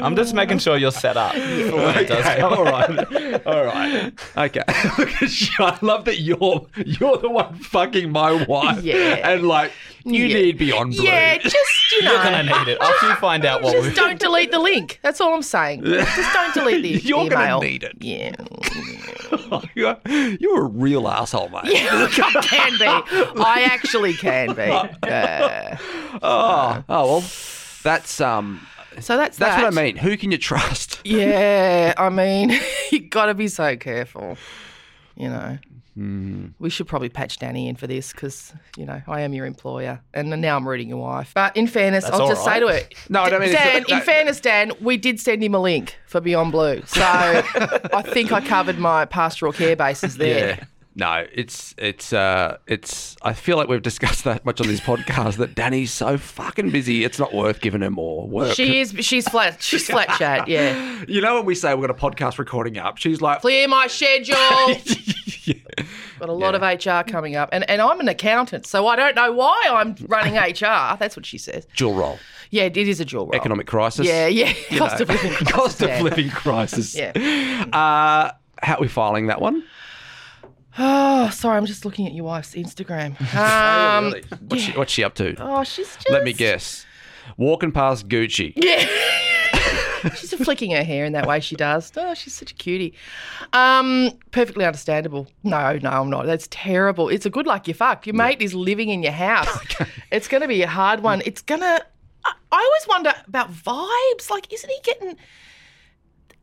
Speaker 4: I'm just making sure you're set up. for when it does come.
Speaker 3: all right, all right, okay. Look at you. I love that you're you're the one fucking my wife,
Speaker 2: Yeah.
Speaker 3: and like you
Speaker 2: Yeah.
Speaker 3: need beyond blue.
Speaker 2: Yeah, just you know.
Speaker 4: You're gonna need it after you find out what we.
Speaker 2: Just don't delete the link. That's all I'm saying. Just don't delete the
Speaker 3: You're gonna
Speaker 2: email.
Speaker 3: need it.
Speaker 2: Yeah.
Speaker 3: You're, you're a real asshole, mate.
Speaker 2: I can be. I actually can be. Uh,
Speaker 3: Oh, oh well, that's um,
Speaker 2: so that's
Speaker 3: that's
Speaker 2: that.
Speaker 3: what I mean. Who can you trust?
Speaker 2: Yeah, I mean, you got to be so careful. You know,
Speaker 3: Hmm.
Speaker 2: we should probably patch Danny in for this because you know I am your employer, and now I'm reading your wife. But in fairness, I'll
Speaker 4: all
Speaker 2: just say
Speaker 4: right.
Speaker 2: to it,
Speaker 3: No, I don't mean it's-
Speaker 2: Dan. in
Speaker 3: no.
Speaker 2: fairness, Dan, we did send him a link for Beyond Blue, so I think I covered my pastoral care bases there.
Speaker 3: No, it's it's uh it's I feel like we've discussed that much on this podcast that Danny's so fucking busy it's not worth giving her more work.
Speaker 2: She is. She's flat. She's flat chat. Yeah.
Speaker 3: you know when we say we've got a podcast recording up, she's like
Speaker 2: Clear my schedule. Got a lot of HR coming up, and and I'm an accountant, so I don't know why I'm running HR. That's what she says.
Speaker 3: dual role.
Speaker 2: Yeah, it is a dual role.
Speaker 3: Economic crisis.
Speaker 2: Yeah, yeah. Cost of living. crisis,
Speaker 3: Cost of
Speaker 2: yeah.
Speaker 3: living crisis.
Speaker 2: Yeah.
Speaker 3: Uh, how are we filing that one?
Speaker 2: Oh, sorry. I'm just looking at your wife's Instagram. Um,
Speaker 3: what's, she, what's she up to?
Speaker 2: Oh, she's just.
Speaker 3: Let me guess. Walking past Gucci.
Speaker 2: Yeah. she's just flicking her hair in that way she does. Oh, she's such a cutie. Um, perfectly understandable. No, no, I'm not. That's terrible. It's a good luck you fuck. Your mate is living in your house. It's going to be a hard one. It's going to. I always wonder about vibes. Like, isn't he getting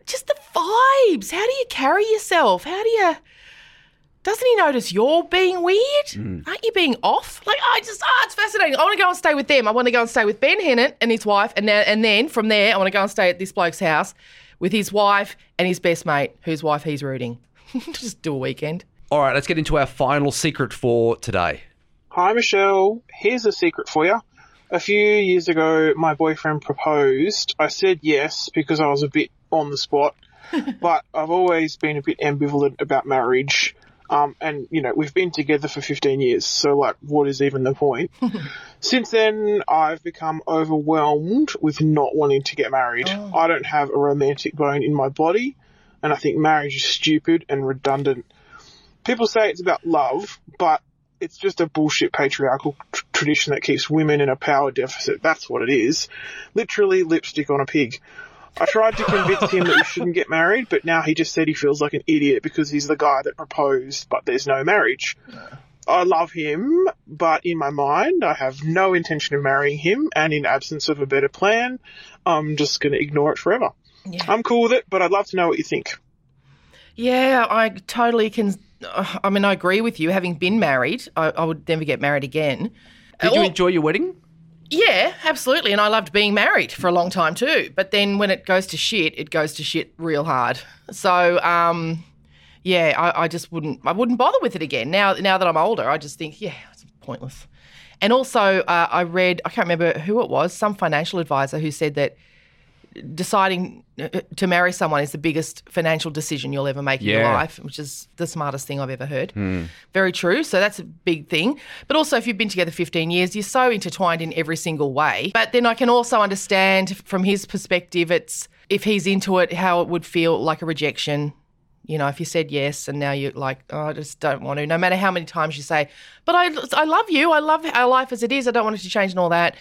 Speaker 2: just the vibes? How do you carry yourself? How do you. Doesn't he notice you're being weird?
Speaker 3: Mm.
Speaker 2: Aren't you being off? Like, I just, ah, it's fascinating. I want to go and stay with them. I want to go and stay with Ben Hennett and his wife. And, now, and then from there, I want to go and stay at this bloke's house with his wife and his best mate, whose wife he's rooting. just do a weekend.
Speaker 3: All right, let's get into our final secret for today.
Speaker 6: Hi, Michelle. Here's a secret for you. A few years ago, my boyfriend proposed. I said yes because I was a bit on the spot, but I've always been a bit ambivalent about marriage. Um, and, you know, we've been together for 15 years, so, like, what is even the point? Since then, I've become overwhelmed with not wanting to get married. I don't have a romantic bone in my body, and I think marriage is stupid and redundant. People say it's about love, but it's just a bullshit patriarchal tr- tradition that keeps women in a power deficit. That's what it is. Literally lipstick on a pig. I tried to convince him that we shouldn't get married, but now he just said he feels like an idiot because he's the guy that proposed, but there's no marriage. I love him, but in my mind, I have no intention of marrying him, and in absence of a better plan, I'm just going to ignore it forever. I'm cool with it, but I'd love to know what you think.
Speaker 2: Yeah, I totally can. uh, I mean, I agree with you. Having been married, I, I would never get married again.
Speaker 3: Did you
Speaker 2: Or-
Speaker 3: enjoy your wedding?
Speaker 2: Yeah, absolutely. And I loved being married for a long time too. But then when it goes to shit, it goes to shit real hard. So, um, yeah, I, I just wouldn't. I wouldn't bother with it again. Now, now that I'm older, I just think, yeah, it's pointless. And also, uh, I read, I can't remember who it was, some financial advisor who said that deciding uh, to marry someone is the biggest financial decision you'll ever make in your
Speaker 3: Yeah.
Speaker 2: life, which is the smartest thing I've ever heard. Very true. So that's a big thing. But also, if you've been together 15 years, you're so intertwined in every single way. But then I can also understand from his perspective, it's if he's into it, how it would feel like a rejection. You know, if you said yes and now you're like, oh, I just don't want to, no matter how many times you say, but I, I love you. I love our life as it is. I don't want it to change and all that.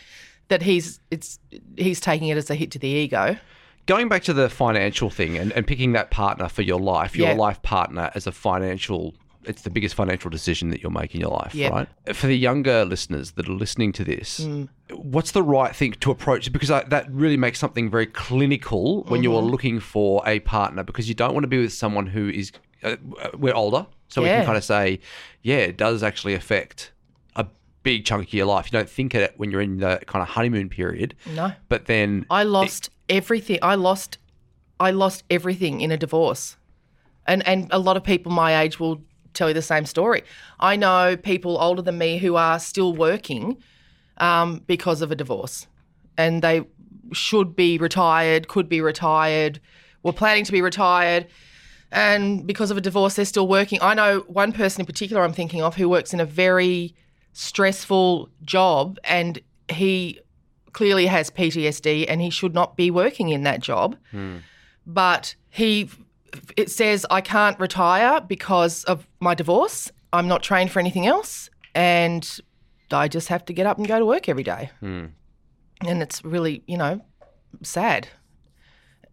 Speaker 2: That he's it's he's taking it as a hit to the ego.
Speaker 3: Going back to the financial thing and, and picking that partner for your life, your
Speaker 2: Yeah.
Speaker 3: life partner as a financial, it's the biggest financial decision that you'll make in your life,
Speaker 2: Yeah.
Speaker 3: right? For the younger listeners that are listening to this, what's the right thing to approach? Because I, that really makes something very clinical when you are looking for a partner because you don't want to be with someone who is, uh, we're older, so we
Speaker 2: Yeah.
Speaker 3: can kind of say, yeah, it does actually affect a big chunk of your life. You don't think of it when you're in the kind of honeymoon period.
Speaker 2: No.
Speaker 3: But then
Speaker 2: I lost everything. I lost I lost everything in a divorce. And and a lot of people my age will tell you the same story. I know people older than me who are still working um, because of a divorce. And they should be retired, could be retired, were planning to be retired. And because of a divorce, they're still working. I know one person in particular I'm thinking of who works in a very stressful job and he clearly has PTSD and he should not be working in that job. But he it says I can't retire because of my divorce. I'm not trained for anything else and I just have to get up and go to work every day. And it's really, you know, sad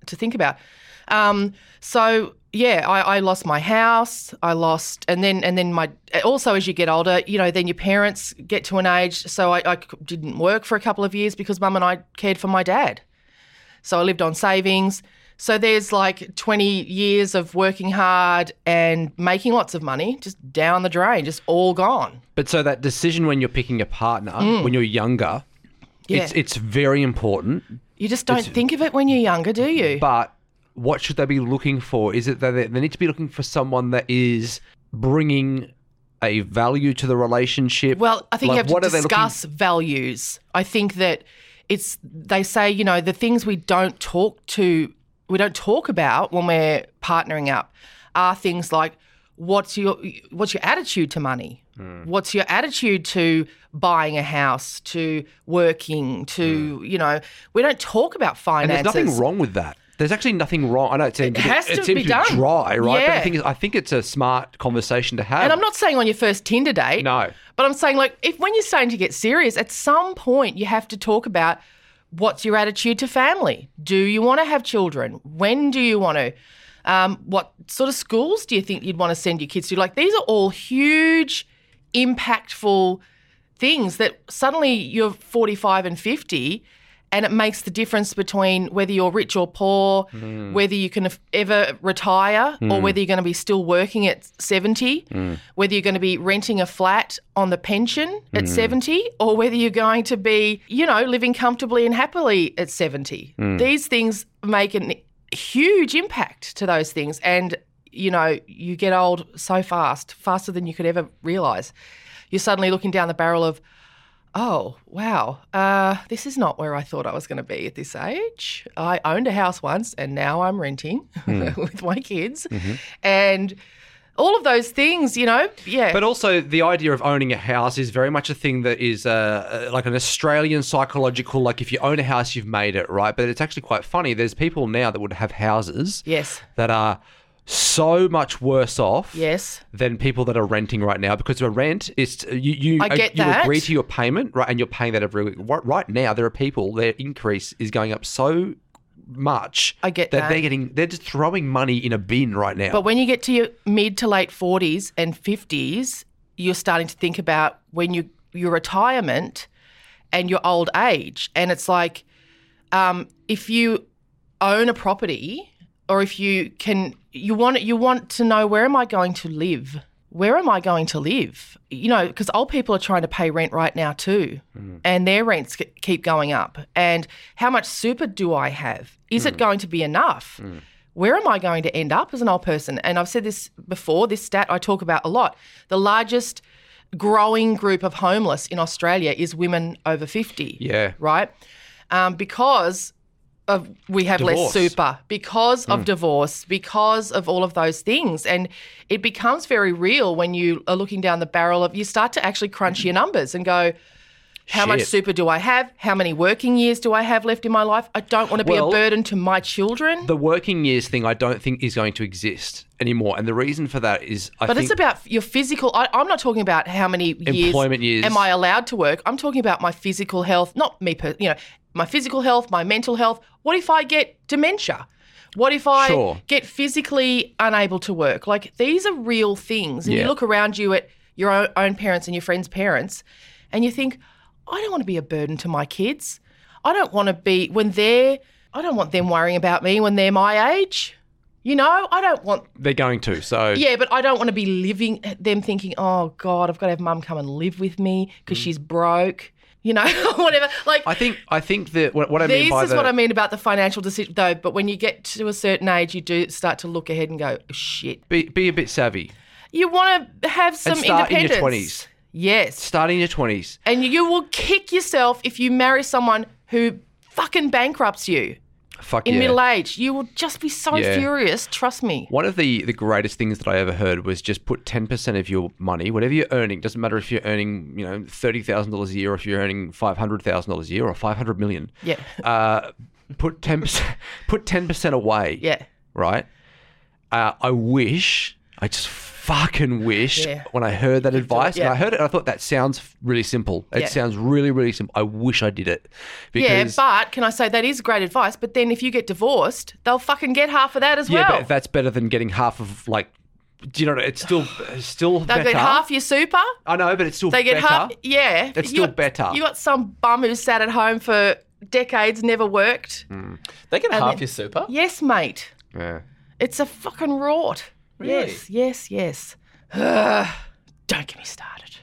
Speaker 2: to think about. Um, so yeah, I, I lost my house. I lost, and then and then my also as you get older, you know, then your parents get to an age. So I, I didn't work for a couple of years because mum and I cared for my dad. So I lived on savings. So there's like 20 years of working hard and making lots of money, just down the drain, just all gone.
Speaker 3: But so that decision when you're picking a partner when you're younger,
Speaker 2: Hmm. Yeah.
Speaker 3: it's it's very important.
Speaker 2: you just don't think of it when you're younger, do you?
Speaker 3: But what should they be looking for? Is it that they, they need to be looking for someone that is bringing a value to the relationship?
Speaker 2: Well, I think
Speaker 3: Like,
Speaker 2: you have
Speaker 3: what
Speaker 2: to
Speaker 3: are they looking-
Speaker 2: discuss values. I think that it's they say you know the things we don't talk to, we don't talk about when we're partnering up, are things like what's your what's your attitude to money,
Speaker 3: Hmm.
Speaker 2: what's your attitude to buying a house, to working, to you know we don't talk about
Speaker 3: Hmm. and
Speaker 2: finances.
Speaker 3: there's nothing wrong with that. There's actually nothing wrong. I know it seems,
Speaker 2: It has
Speaker 3: it,
Speaker 2: to
Speaker 3: seems
Speaker 2: be
Speaker 3: to
Speaker 2: done.
Speaker 3: dry, right? But
Speaker 2: Yeah.
Speaker 3: the thing is, I think it's a smart conversation to have.
Speaker 2: And I'm not saying on your first Tinder date.
Speaker 3: No.
Speaker 2: But I'm saying like if when you're starting to get serious, at some point you have to talk about what's your attitude to family? Do you want to have children? When do you want to? Um, what sort of schools do you think you'd want to send your kids to? Like these are all huge, impactful things that suddenly you're 45 and 50 and it makes the difference between whether you're rich or poor, whether you can af- ever retire or whether you're going to be still working at 70, whether you're going to be renting a flat on the pension at 70 or whether you're going to be, you know, living comfortably and happily at 70. These things make a huge impact to those things and you know, you get old so fast, faster than you could ever realize you're suddenly looking down the barrel of, oh, wow, uh, this is not where I thought I was going to be at this age. I owned a house once and now I'm renting
Speaker 3: Hmm.
Speaker 2: with my kids.
Speaker 3: Mm-hmm.
Speaker 2: And all of those things, you know, yeah.
Speaker 3: But also, the idea of owning a house is very much a thing that is uh, uh, like an Australian psychological, like if you own a house, you've made it, right? But it's actually quite funny. There's people now that would have houses
Speaker 2: yes,
Speaker 3: that are so much worse off
Speaker 2: yes.
Speaker 3: than people that are renting right now because a rent is you you, uh,
Speaker 2: I get
Speaker 3: you
Speaker 2: that.
Speaker 3: agree to your payment right and you're paying that every week. Right, right now, there are people their increase is going up so much.
Speaker 2: I get that.
Speaker 3: they're getting they're just throwing money in a bin right now.
Speaker 2: But when you get to your mid to late 40s and 50s, you're starting to think about when you your retirement and your old age. And it's like um, if you own a property or if you can you want you want to know where am I going to live? Where am I going to live? You know, because old people are trying to pay rent right now too, and their rents ke- keep going up. And how much super do I have? Is it going to be enough? Where am I going to end up as an old person? And I've said this before. This stat I talk about a lot. The largest growing group of homeless in Australia is women over 50.
Speaker 3: Yeah.
Speaker 2: Right? Um, because of we have
Speaker 3: Divorce. Hmm.
Speaker 2: less super, because of divorce, because of all of those things. And it becomes very real when you are looking down the barrel of, you start to actually crunch your numbers and go, how much
Speaker 3: Shit.
Speaker 2: super do I have? How many working years do I have left in my life? I don't want to be
Speaker 3: Well-
Speaker 2: a burden to my children.
Speaker 3: The working years thing I don't think is going to exist anymore. And the reason for that is I
Speaker 2: But
Speaker 3: think
Speaker 2: it's about your physical. I, I'm not talking about how many years,
Speaker 3: Employment years.
Speaker 2: am I allowed to work. I'm talking about my physical health, not me. Per, you know, my physical health, my mental health. What if I get dementia? What if I
Speaker 3: Sure.
Speaker 2: get physically unable to work? Like these are real things, and
Speaker 3: Yeah.
Speaker 2: you look around you at your own, own parents and your friends' parents, and you think, I don't want to be a burden to my kids. I don't want to be when they're. I don't want them worrying about me when they're my age. You know, I don't want
Speaker 3: they're going to. So
Speaker 2: yeah, but I don't want to be living them thinking, oh God, I've got to have mum come and live with me because she's broke, you know, whatever. Like,
Speaker 3: Mm. I think I think that what, what I mean
Speaker 2: this
Speaker 3: by
Speaker 2: is
Speaker 3: the,
Speaker 2: what I mean about the financial decision, though. But when you get to a certain age, you do start to look ahead and go, shit.
Speaker 3: be, be a bit savvy.
Speaker 2: You want to have some
Speaker 3: start in your
Speaker 2: independence.
Speaker 3: 20s.
Speaker 2: Yes.
Speaker 3: Starting in your twenties.
Speaker 2: And you will kick yourself if you marry someone who fucking bankrupts you
Speaker 3: Fuck
Speaker 2: in
Speaker 3: yeah.
Speaker 2: middle age. You will just be so
Speaker 3: Yeah.
Speaker 2: furious. Trust me.
Speaker 3: One of the, the greatest things that I ever heard was just put ten percent of your money, whatever you're earning, doesn't matter if you're earning you know thirty thousand dollars a year, or if you're earning five hundred thousand dollars a year, or five hundred million.
Speaker 2: Yeah.
Speaker 3: Uh, put ten percent put ten percent away.
Speaker 2: Yeah.
Speaker 3: Right. Uh, I wish. I just fucking wish
Speaker 2: Yeah.
Speaker 3: when I heard that advice, and
Speaker 2: yeah.
Speaker 3: I heard it, and I thought that sounds really simple. It
Speaker 2: Yeah.
Speaker 3: sounds really, really simple. I wish I did it
Speaker 2: Yeah,
Speaker 3: because
Speaker 2: but can I say that is great advice? But then if you get divorced, they'll fucking get half of that as
Speaker 3: Yeah,
Speaker 2: well.
Speaker 3: but that's better than getting half of like. Do you know? It's still it's still
Speaker 2: They'll
Speaker 3: better.
Speaker 2: get half your super.
Speaker 3: I know, but it's still
Speaker 2: They get
Speaker 3: better.
Speaker 2: half. Yeah,
Speaker 3: It's
Speaker 2: You
Speaker 3: still better.
Speaker 2: You got some bum who sat at home for decades, never worked.
Speaker 3: Hmm.
Speaker 4: They get half
Speaker 2: then-
Speaker 4: your super.
Speaker 2: Yes, mate.
Speaker 3: Yeah.
Speaker 2: It's a fucking rort. Yes, yes, yes. Ugh. Don't get me started.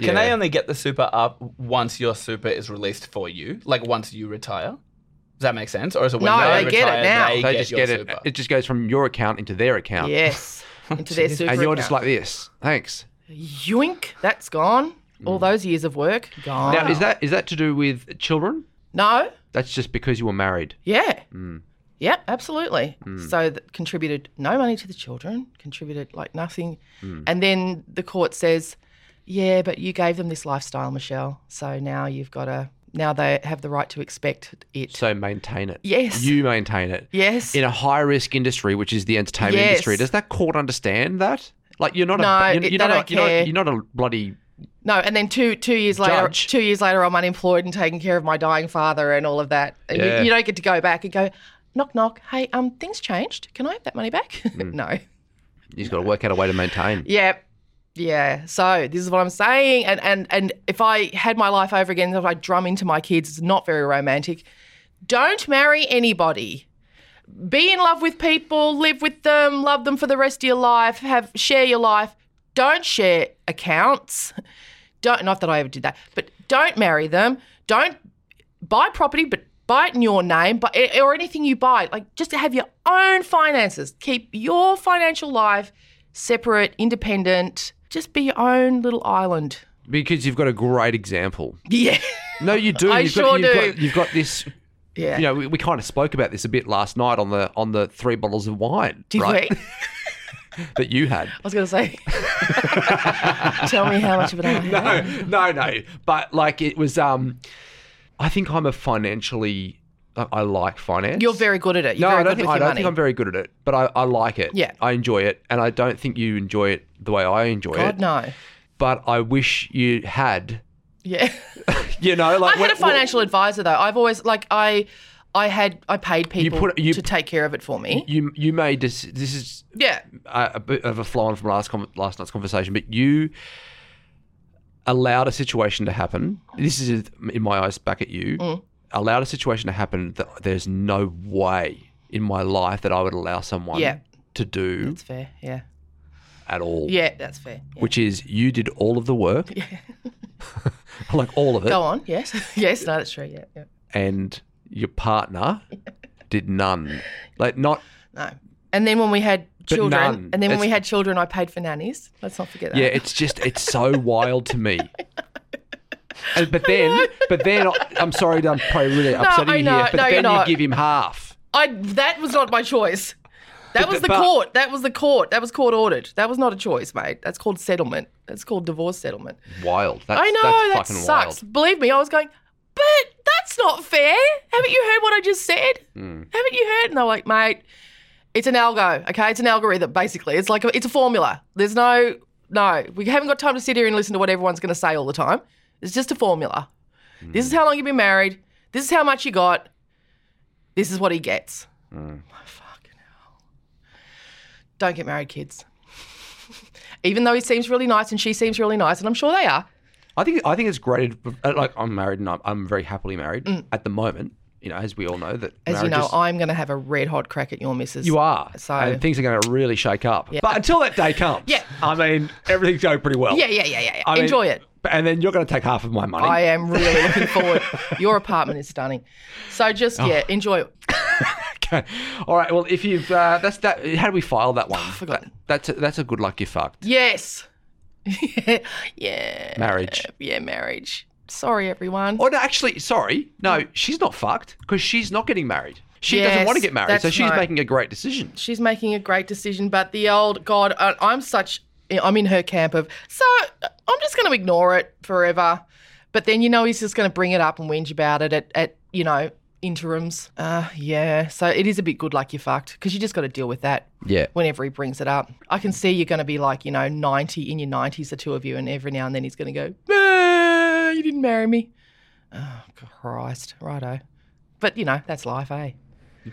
Speaker 4: Can they only get the super up once your super is released for you? Like once you retire? Does that make sense? Or is it when
Speaker 2: No,
Speaker 4: they,
Speaker 2: they get it
Speaker 4: retire,
Speaker 2: now.
Speaker 4: They,
Speaker 3: They
Speaker 4: get
Speaker 3: just
Speaker 4: your
Speaker 3: get it.
Speaker 4: super?
Speaker 3: It just goes from your account into their account.
Speaker 2: Yes, into their super.
Speaker 3: And you're
Speaker 2: account.
Speaker 3: just like this. Thanks.
Speaker 2: yoink. That's gone. All those years of work gone.
Speaker 3: Hmm. Now, is that is that to do with children?
Speaker 2: no?
Speaker 3: That's just because you were married.
Speaker 2: Yeah.
Speaker 3: Mm.
Speaker 2: Yep, absolutely. So that contributed no money to the children, contributed like nothing.
Speaker 3: Mm.
Speaker 2: And then the court says, yeah, but you gave them this lifestyle, Michelle. So now you've got to, now they have the right to expect it.
Speaker 3: So maintain it.
Speaker 2: Yes.
Speaker 3: You maintain it.
Speaker 2: yes.
Speaker 3: In a high risk industry, which is the entertainment
Speaker 2: Yes.
Speaker 3: industry, does that court understand that? Like you're not
Speaker 2: No,
Speaker 3: a
Speaker 2: it-
Speaker 3: you're,
Speaker 2: they
Speaker 3: you're not a,
Speaker 2: don't
Speaker 3: you're,
Speaker 2: care.
Speaker 3: not, you're not a bloody
Speaker 2: no, and then two two years later,
Speaker 3: Judge.
Speaker 2: two years later, I'm unemployed and taking care of my dying father and all of that. And you-
Speaker 3: Yeah.
Speaker 2: you, don't get to go back and go, knock knock. Hey, um, things changed. Can I have that money back?
Speaker 3: Mm.
Speaker 2: no.
Speaker 3: you've got to work out a way to maintain.
Speaker 2: Yeah. Yeah. So this is what I'm saying. And and and if I had my life over again, if I drum into my kids, it's not very romantic. Don't marry anybody. Be in love with people, live with them, love them for the rest of your life, have share your life. Don't share accounts. Don't not that I ever did that, but don't marry them. Don't buy property, but buy it in your name, but eh, or anything you buy. Like just to have your own finances. Keep your financial life separate, independent. Just be your own little island.
Speaker 3: Because you've got a great example.
Speaker 2: Yeah.
Speaker 3: No, you do.
Speaker 2: I
Speaker 3: you've
Speaker 2: sure
Speaker 3: got, you've
Speaker 2: do.
Speaker 3: Got, you've got this.
Speaker 2: Yeah.
Speaker 3: You know, we, we kind of spoke about this a bit last night on the on the three bottles of wine
Speaker 2: Did
Speaker 3: right?
Speaker 2: we? I
Speaker 3: that you had.
Speaker 2: was going to say. Tell me how much of it I have.
Speaker 3: no, no. But like, it was. Um, I think I'm a financially. I, I like finance.
Speaker 2: You're very good at it. You're
Speaker 3: No,
Speaker 2: very
Speaker 3: I don't
Speaker 2: good
Speaker 3: think
Speaker 2: with
Speaker 3: I
Speaker 2: your
Speaker 3: don't
Speaker 2: money.
Speaker 3: think I'm very good at it, but I, I like it.
Speaker 2: Yeah.
Speaker 3: I enjoy it, and I don't think you enjoy it the way I enjoy it.
Speaker 2: God no.
Speaker 3: But I wish you had.
Speaker 2: Yeah.
Speaker 3: You know, like
Speaker 2: I had
Speaker 3: when-
Speaker 2: a financial advisor though. I've always like I I had I paid people
Speaker 3: put- you
Speaker 2: to
Speaker 3: put-
Speaker 2: take care of it for me.
Speaker 3: You you made this. This is
Speaker 2: yeah.
Speaker 3: uh, a bit of a flow on from last com- last night's conversation, but you allowed a situation to happen. This is in my eyes back at you.
Speaker 2: Mm.
Speaker 3: Allowed a situation to happen that there's no way in my life that I would allow someone
Speaker 2: Yeah.
Speaker 3: to do
Speaker 2: That's fair. Yeah.
Speaker 3: at all.
Speaker 2: Yeah, that's fair. Yeah.
Speaker 3: Which is you did all of the work, like all of it,
Speaker 2: Go on. Yes. yes, no, that's true. Yeah. yeah.
Speaker 3: and your partner did none. Like not
Speaker 2: No. And then when we had children,
Speaker 3: none.
Speaker 2: and then when
Speaker 3: It's-
Speaker 2: we had children, I paid for nannies. Let's not forget that.
Speaker 3: Yeah, it's just it's so wild to me. And, but then, but then I'm sorry, I'm probably really upsetting
Speaker 2: I
Speaker 3: you
Speaker 2: know.
Speaker 3: here. But
Speaker 2: No, you're
Speaker 3: then you
Speaker 2: not.
Speaker 3: give him half.
Speaker 2: I that was not my choice. That was the
Speaker 3: but-
Speaker 2: court. That was the court. That was court ordered. That was not a choice, mate. That's called settlement. That's called divorce settlement.
Speaker 3: Wild. That's,
Speaker 2: I know
Speaker 3: That's
Speaker 2: that
Speaker 3: fucking
Speaker 2: sucks.
Speaker 3: wild.
Speaker 2: Believe me, I was going, but that's not fair. Haven't you heard what I just said?
Speaker 3: Hmm.
Speaker 2: Haven't you heard? And they're like, mate, it's an algo. Okay, it's an algorithm. Basically, it's like a, it's a formula. There's no no. We haven't got time to sit here and listen to what everyone's going to say all the time. It's just a formula. This
Speaker 3: Hmm.
Speaker 2: is how long you've been married. This is how much you got. This is what he gets.
Speaker 3: Hmm.
Speaker 2: Fucking hell. Don't get married, kids. Even though he seems really nice and she seems really nice, and I'm sure they are.
Speaker 3: I think I think it's great. uh, Like I'm married and I'm, I'm very happily married at the moment. You know, as we all know that
Speaker 2: Mm. As you know,
Speaker 3: marriages-
Speaker 2: I'm going to have a red hot crack at your missus.
Speaker 3: You are.
Speaker 2: So-
Speaker 3: and things are going to really shake up. But until that day comes,
Speaker 2: Yeah.
Speaker 3: I mean, everything's going pretty well.
Speaker 2: Yeah, yeah, yeah, yeah. yeah.
Speaker 3: I mean-
Speaker 2: Enjoy it.
Speaker 3: And then you're going to take half of my money.
Speaker 2: I am really looking forward. Your apartment is stunning. So just,
Speaker 3: Oh.
Speaker 2: yeah, enjoy it.
Speaker 3: okay. All right. Well, if you've uh, that's that. How do we file that one?
Speaker 2: forgot.
Speaker 3: That- that's a, that's a good luck you fucked
Speaker 2: Yes. yeah. Yeah.
Speaker 3: marriage.
Speaker 2: Yeah, marriage. Sorry, everyone.
Speaker 3: Or Oh, no, actually, sorry, no, she's not fucked because she's not getting married. She doesn't
Speaker 2: Yes,
Speaker 3: want to get married, so
Speaker 2: that's
Speaker 3: she's
Speaker 2: right.
Speaker 3: making a great decision.
Speaker 2: She's making a great decision, but the old God, I, I'm such, I'm in her camp of, so I'm just going to ignore it forever. But then, you know, he's just going to bring it up and whinge about it at, at you know, interims. Uh, yeah. So it is a bit good luck you're fucked because you just got to deal with that
Speaker 3: Yeah.
Speaker 2: whenever he brings it up. I can see you're going to be like, you know, 90 in your 90s, the two of you, and every now and then he's going to go, "Ah, You didn't marry me. Oh, Christ. Righto. But, you know, that's life, eh?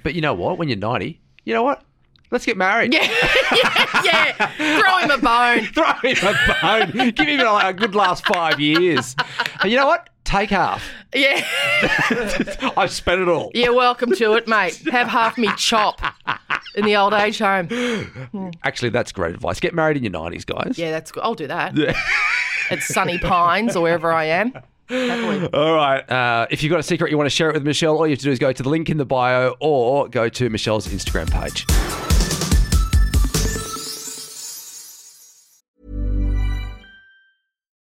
Speaker 3: But you know what? When you're 90, you know what? Let's get married.
Speaker 2: Yeah, yeah, yeah. Throw him a bone.
Speaker 3: Throw him a bone. Give him a, a good last five years. And you know what? Take half.
Speaker 2: Yeah.
Speaker 3: I've spent it all.
Speaker 2: Yeah, welcome to it, mate. Have half me chop in the old age home.
Speaker 3: Actually, that's great advice. Get married in your 90s, guys.
Speaker 2: Yeah, that's good. I'll do that. At Sunny Pines or wherever I am. Happily.
Speaker 3: All right. Uh, if you've got a secret you want to share it with Michelle, all you have to do is go to the link in the bio or go to Michelle's Instagram page.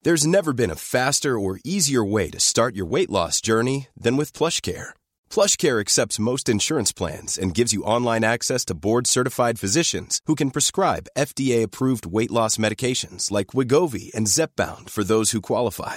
Speaker 1: There's never been a faster or easier way to start your weight loss journey than with PlushCare. PlushCare accepts most insurance plans and gives you online access to board-certified physicians who can prescribe FDA-approved weight loss medications like Wigovi and Zepbound for those who qualify.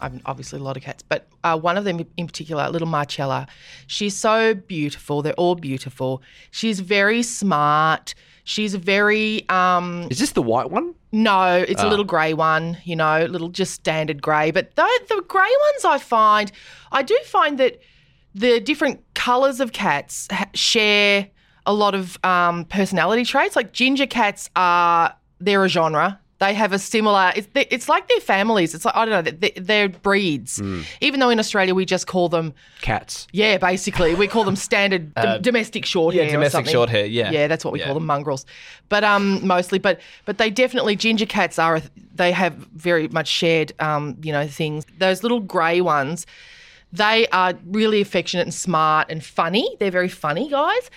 Speaker 2: I've obviously a lot of cats, but uh, one of them in particular, little Marcella, she's so beautiful. They're all beautiful. She's very smart. She's very um,
Speaker 3: Is this the white one?
Speaker 2: No, it's a little grey one, you know, little just standard grey. But the, the grey ones I find, I do find that the different colours of cats ha- share a lot of um, personality traits. Like ginger cats are, they're a genre. They have a similar, it's, they- it's like their families. It's like, I don't know, they- they're breeds. Even though in Australia we just call them,
Speaker 3: Cats.
Speaker 2: yeah, basically, we call them standard dom- domestic short hair.
Speaker 4: Uh, yeah,
Speaker 2: or
Speaker 4: domestic
Speaker 2: something.
Speaker 4: short hair. Yeah.
Speaker 2: Yeah, that's what we
Speaker 4: Yeah.
Speaker 2: call them, mongrels. But um, mostly, but but they definitely ginger cats are. a th- They have very much shared, um, you know, things. Those little grey ones, they are really affectionate and smart and funny. They're very funny guys.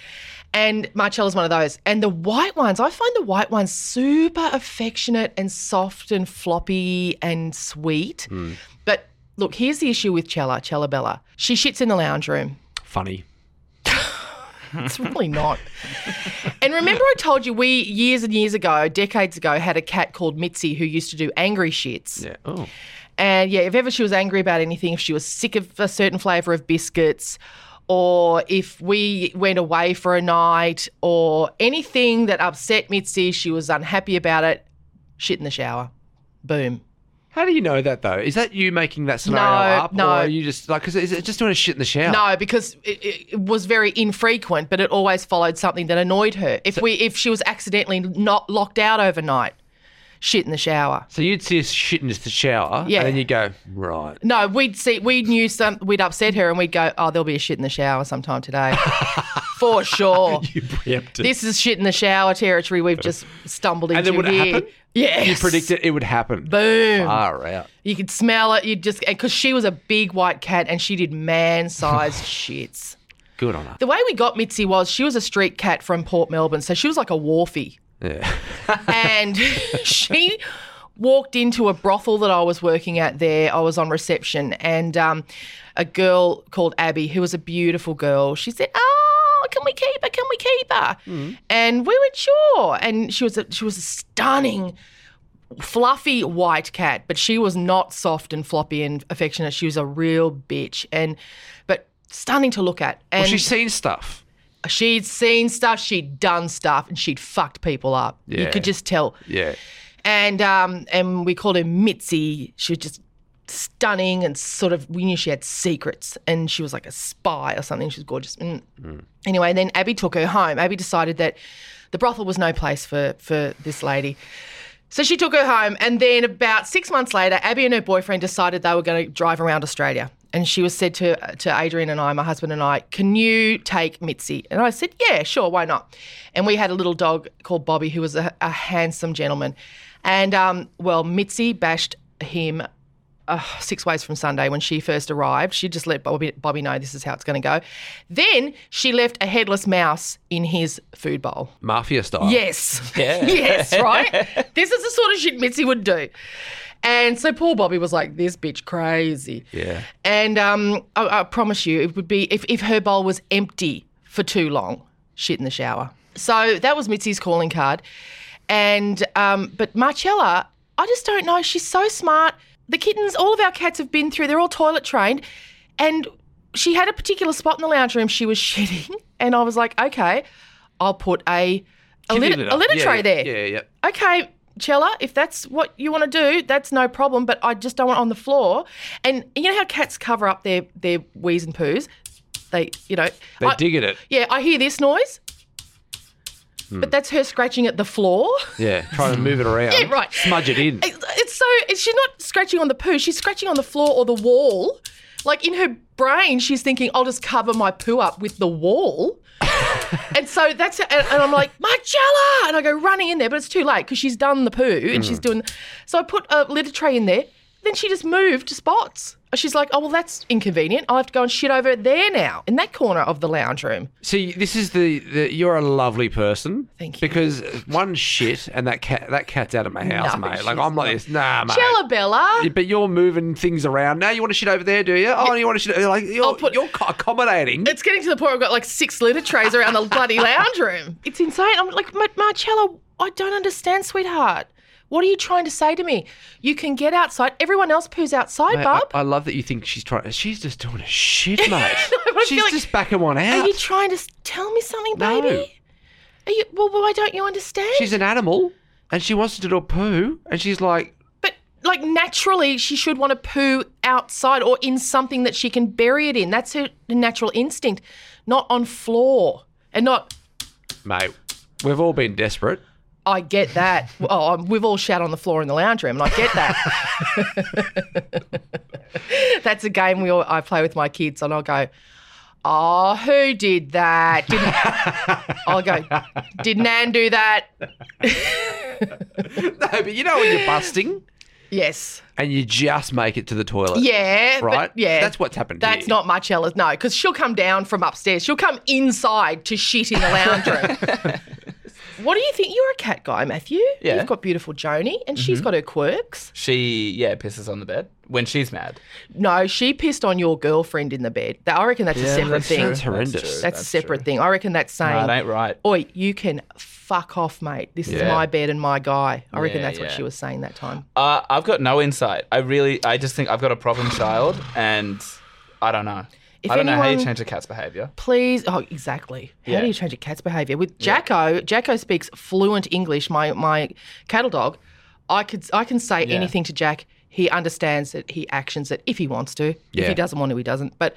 Speaker 2: And Marcella's one of those. And the white ones, I find the white ones super affectionate and soft and floppy and sweet.
Speaker 4: Hmm.
Speaker 2: But look, here's the issue with Cella, Cella Bella. She shits in the lounge room.
Speaker 3: Funny.
Speaker 2: It's really not. and remember, I told you we years and years ago, decades ago, had a cat called Mitzi who used to do angry shits.
Speaker 3: Yeah. Oh.
Speaker 2: And yeah, if ever she was angry about anything, if she was sick of a certain flavour of biscuits, or if we went away for a night, or anything that upset Mitzi, she was unhappy about it, shit in the shower. Boom.
Speaker 3: How do you know that though? Is that you making that scenario
Speaker 2: No,
Speaker 3: up,
Speaker 2: no.
Speaker 3: or are you just like? Cause is it just doing a shit in the shower?
Speaker 2: No, because it, it- it was very infrequent, but it always followed something that annoyed her. If we, if she was accidentally not locked out overnight, shit in the shower.
Speaker 3: So you'd see us shit in the shower,
Speaker 2: Yeah.
Speaker 3: and then you go right.
Speaker 2: No, we'd see, we knew some, we'd upset her, and we'd go, "Oh, there'll be a shit in the shower sometime today, for sure."
Speaker 3: Preempted.
Speaker 2: This is shit in the shower territory we've just stumbled into
Speaker 3: and then would
Speaker 2: here.
Speaker 3: it happen?
Speaker 2: Yes.
Speaker 3: You predicted it would happen.
Speaker 2: Boom.
Speaker 3: Far out.
Speaker 2: You could smell it. You just because she was a big white cat and she did man-sized shits.
Speaker 3: Good on her.
Speaker 2: The way we got Mitzi was she was a street cat from Port Melbourne, so she was like a wharfie.
Speaker 3: Yeah.
Speaker 2: and she walked into a brothel that I was working at there. I was on reception, and um, a girl called Abby, who was a beautiful girl, she said, "Oh, can we keep her? Can we keep her?"
Speaker 3: Mm.
Speaker 2: And we went, "Sure." And she was a, she was a stunning. Fluffy white cat, but she was not soft and floppy and affectionate. She was a real bitch, and but stunning to look at. And
Speaker 3: Well, she's seen stuff.
Speaker 2: She'd seen stuff, she'd done stuff, and she'd fucked people up. You
Speaker 3: Yeah.
Speaker 2: could just tell.
Speaker 3: Yeah.
Speaker 2: And um, and we called her Mitzi. She was just stunning and sort of we knew she had secrets and she was like a spy or something. She was gorgeous. And anyway, then Abby took her home. Abby decided that the brothel was no place for for this lady. So she took her home, and then about six months later, Abby and her boyfriend decided they were going to drive around Australia. And she was said to to Adrian and I, my husband and I, can you take Mitzi? And I said, yeah, sure, why not? And we had a little dog called Bobby, who was a, a handsome gentleman. And um, well, Mitzi bashed him uh, six ways from Sunday when she first arrived. She just let Bobby, Bobby know this is how it's going to go. Then she left a headless mouse in his food bowl.
Speaker 3: Mafia style.
Speaker 2: Yes. yes, right? This is the sort of shit Mitzi would do. And so poor Bobby was like, this bitch crazy.
Speaker 3: Yeah.
Speaker 2: And um, I, I promise you, it would be if, if her bowl was empty for too long, shit in the shower. So that was Mitzi's calling card. And um, but Marcella, I just don't know. She's so smart. The kittens, all of our cats have been through. They're all toilet trained, and she had a particular spot in the lounge room she was shitting. And I was like, okay, I'll put a a
Speaker 3: Kitty
Speaker 2: litter,
Speaker 3: litter.
Speaker 2: a litter
Speaker 3: Yeah,
Speaker 2: tray
Speaker 3: yeah,
Speaker 2: there
Speaker 3: Yeah, yeah.
Speaker 2: okay, Chella, if that's what you want to do, that's no problem. But I just don't want it on the floor. And you know how cats cover up their their wheeze and poos? They, you know,
Speaker 3: They
Speaker 2: I-
Speaker 3: dig at it.
Speaker 2: Yeah, I hear this noise,
Speaker 3: Hmm.
Speaker 2: but that's her scratching at the floor.
Speaker 3: Yeah. Trying to move it around.
Speaker 2: Yeah, right.
Speaker 3: Smudge it in.
Speaker 2: It- It's so it's, she's not scratching on the poo. She's scratching on the floor or the wall. Like in her brain, she's thinking, "I'll just cover my poo up with the wall." and so that's and, and I'm like, "Marcella!" and I go running in there, but it's too late because she's done the poo and she's doing. So I put a litter tray in there. Then she just moved to spots. She's like, "Oh well, that's inconvenient. I'll have to go and shit over there now in that corner of the lounge room."
Speaker 3: See, this is the, the you're a lovely person.
Speaker 2: Thank you.
Speaker 3: Because one shit and that cat that cat's out of my house,
Speaker 2: No,
Speaker 3: mate.
Speaker 2: she's
Speaker 3: Like I'm like this. Nah, mate.
Speaker 2: Chella Bella.
Speaker 3: Yeah, But you're moving things around. Now you want to shit over there, do you? Oh, you want to shit like you're,
Speaker 2: I'll put-
Speaker 3: you're co- accommodating.
Speaker 2: It's getting to the point where I've got like six litter trays around the bloody lounge room. It's insane. I'm like, Mar- Marcella, I don't understand, sweetheart. What are you trying to say to me? You can get outside. Everyone else poos outside,
Speaker 3: Mate, I,
Speaker 2: bub.
Speaker 3: I love that you think she's trying. She's just doing a shit, mate.
Speaker 2: but I
Speaker 3: she's
Speaker 2: feel like-
Speaker 3: just backing one out.
Speaker 2: are you trying to s- tell me something,
Speaker 3: No.
Speaker 2: baby? Are you? Well, why don't you understand?
Speaker 3: she's an animal, and she wants to do a poo, and she's like,
Speaker 2: but like naturally, she should want to poo outside or in something that she can bury it in. That's her natural instinct, not on floor and not
Speaker 3: mate, we've all been desperate.
Speaker 2: I get that. Oh, um, we've all shat on the floor in the lounge room, and I get that. That's a game we all, I play with my kids, and I'll go, "Oh, who did that?" Did- I'll go, "Did Nan do that?"
Speaker 3: No, but you know when you're busting
Speaker 2: Yes.
Speaker 3: and you just make it to the toilet.
Speaker 2: Yeah. but
Speaker 3: Right?
Speaker 2: yeah.
Speaker 3: That's what's happened
Speaker 2: That's
Speaker 3: here.
Speaker 2: not Marcella's. No, because she'll come down from upstairs. She'll come inside to shit in the lounge room. What do you think? You're a cat guy, Matthew.
Speaker 4: Yeah.
Speaker 2: You've got beautiful Joni, and
Speaker 3: Mm-hmm.
Speaker 2: she's got her quirks.
Speaker 4: She, yeah, pisses on the bed when she's mad.
Speaker 2: No, she pissed on your girlfriend in the bed. That I reckon that's a separate
Speaker 3: that's
Speaker 2: thing.
Speaker 3: true. That's horrendous.
Speaker 2: That's, a separate thing. I reckon that's
Speaker 4: Nah,
Speaker 2: saying,
Speaker 4: it ain't right.
Speaker 2: "Oi, you can fuck off, mate. This is
Speaker 4: Yeah.
Speaker 2: my bed and my guy." I reckon
Speaker 4: Yeah,
Speaker 2: that's what
Speaker 4: yeah.
Speaker 2: she was saying that time.
Speaker 4: Uh, I've got no insight. I really, I just think I've got a problem child, and I don't know.
Speaker 2: If
Speaker 4: I don't know how you
Speaker 2: anyone-
Speaker 4: change a cat's behavior.
Speaker 2: Please, oh, exactly. How
Speaker 4: Yeah.
Speaker 2: do you change a cat's behaviour? With Jacko, Jacko speaks fluent English. My my cattle dog, I could I can say
Speaker 4: Yeah.
Speaker 2: anything to Jack. He understands it. He actions it if he wants to. If
Speaker 3: Yeah.
Speaker 2: he doesn't want to, he doesn't. But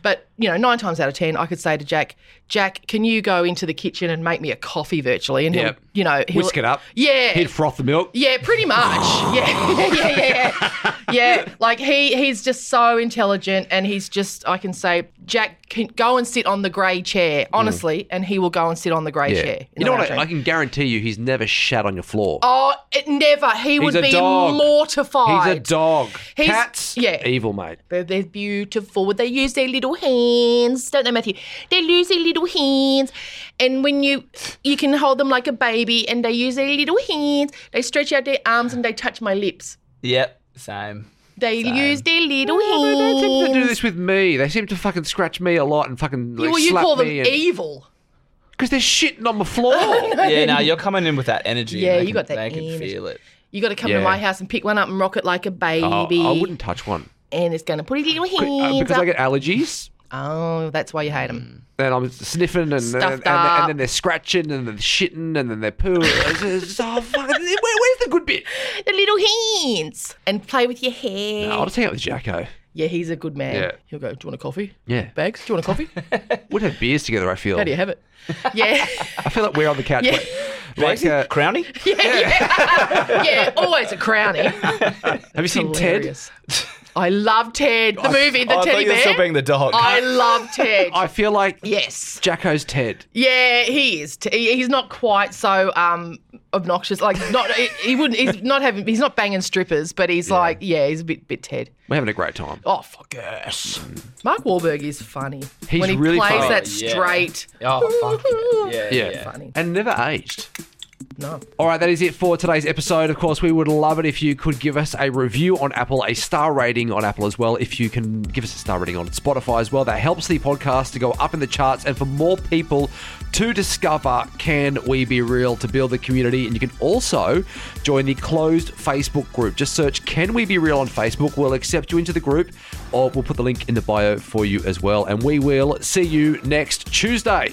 Speaker 2: but you know, nine times out of ten, I could say to Jack, Jack, can you go into the kitchen and make me a coffee virtually? And
Speaker 3: Yep.
Speaker 2: he'll, you know, he'll,
Speaker 3: Whisk it up.
Speaker 2: Yeah,
Speaker 3: He'd froth the milk.
Speaker 2: yeah, pretty much. yeah, yeah, yeah, yeah. Yeah, like he he's just so intelligent, and he's just I can say Jack can go and sit on the grey chair, honestly, and he will go and sit on the grey chair.
Speaker 3: Mm. You know what?
Speaker 2: I
Speaker 3: I, I can guarantee you, he's never shat on your floor.
Speaker 2: Oh, it never. He would
Speaker 3: a
Speaker 2: be
Speaker 3: dog.
Speaker 2: mortified.
Speaker 3: he's a dog.
Speaker 2: He's-
Speaker 3: Cats,
Speaker 2: yeah.
Speaker 3: evil, mate.
Speaker 2: They're, they're beautiful. Would They use their little hands, don't they, Matthew? They use their little hands, and when you you can hold them like a baby, and they use their little hands. They stretch out their arms and they touch my lips.
Speaker 4: Yep, same.
Speaker 2: They use their little
Speaker 3: They don't seem to
Speaker 2: hands.
Speaker 3: do this with me. They seem to fucking scratch me a lot and fucking like,
Speaker 2: well, you
Speaker 3: slap
Speaker 2: call them
Speaker 3: me.
Speaker 2: evil.
Speaker 3: Because they're shitting on the floor.
Speaker 4: Yeah, now you're coming in with that energy. and
Speaker 2: Yeah,
Speaker 4: they
Speaker 2: you
Speaker 4: can-
Speaker 2: got that
Speaker 4: They can
Speaker 2: energy.
Speaker 4: feel it.
Speaker 2: You got to come
Speaker 3: Yeah.
Speaker 2: to my house and pick one up and rock it like a baby.
Speaker 3: Oh, I wouldn't touch one
Speaker 2: And it's going to put his little
Speaker 3: Uh,
Speaker 2: hands
Speaker 3: because
Speaker 2: up.
Speaker 3: I get allergies.
Speaker 2: Oh, that's why you hate him.
Speaker 3: And I'm sniffing, and, and,
Speaker 2: Stuffed
Speaker 3: and,
Speaker 2: up.
Speaker 3: and then they're scratching, and then they're shitting, and then they're pooing. It's just- oh, fucking, where, where's the good bit?
Speaker 2: The little hands. And play with your hair.
Speaker 3: No, Hmm. I'll just hang out with Jacko.
Speaker 2: Yeah, he's a good man.
Speaker 3: Yeah.
Speaker 2: He'll go, do you want a coffee?
Speaker 3: Yeah.
Speaker 2: Bags, do you want a coffee?
Speaker 3: We'd have beers together, I feel.
Speaker 2: How do you have it? Yeah.
Speaker 3: I feel like we're on the couch.
Speaker 2: Yeah.
Speaker 3: like- Like, uh,
Speaker 4: Crowny?
Speaker 2: yeah, yeah. yeah, always a crownie.
Speaker 3: have you seen
Speaker 2: Hilarious. I love Ted. The movie, The
Speaker 4: oh, I thought
Speaker 2: Teddy
Speaker 4: you were
Speaker 2: Bear.
Speaker 4: still being the dog.
Speaker 2: I love Ted.
Speaker 3: Ted? I feel like
Speaker 2: yes.
Speaker 3: Jacko's Ted.
Speaker 2: Yeah, he is. T- he- He's not quite so um, obnoxious. Like not, he, he wouldn't. He's not having. He's not banging strippers, but he's like, yeah, he's a bit bit Ted.
Speaker 3: We're having a great time.
Speaker 2: Oh fuck yes. Mark Wahlberg is funny.
Speaker 3: He's
Speaker 2: when he
Speaker 3: really
Speaker 2: plays
Speaker 3: funny.
Speaker 2: that
Speaker 4: Oh, yeah.
Speaker 2: straight.
Speaker 4: Oh, fuck. Yeah, yeah.
Speaker 3: Yeah.
Speaker 2: Funny.
Speaker 3: And never aged.
Speaker 2: No.
Speaker 3: All right, that is it for today's episode. Of course, we would love it if you could give us a review on Apple, a star rating on Apple as well. If you can give us a star rating on Spotify as well, that helps the podcast to go up in the charts and for more people to discover Can We Be Real to build the community. And you can also join the closed Facebook group. Just search Can We Be Real on Facebook. We'll accept you into the group, or we'll put the link in the bio for you as well. And we will see you next Tuesday.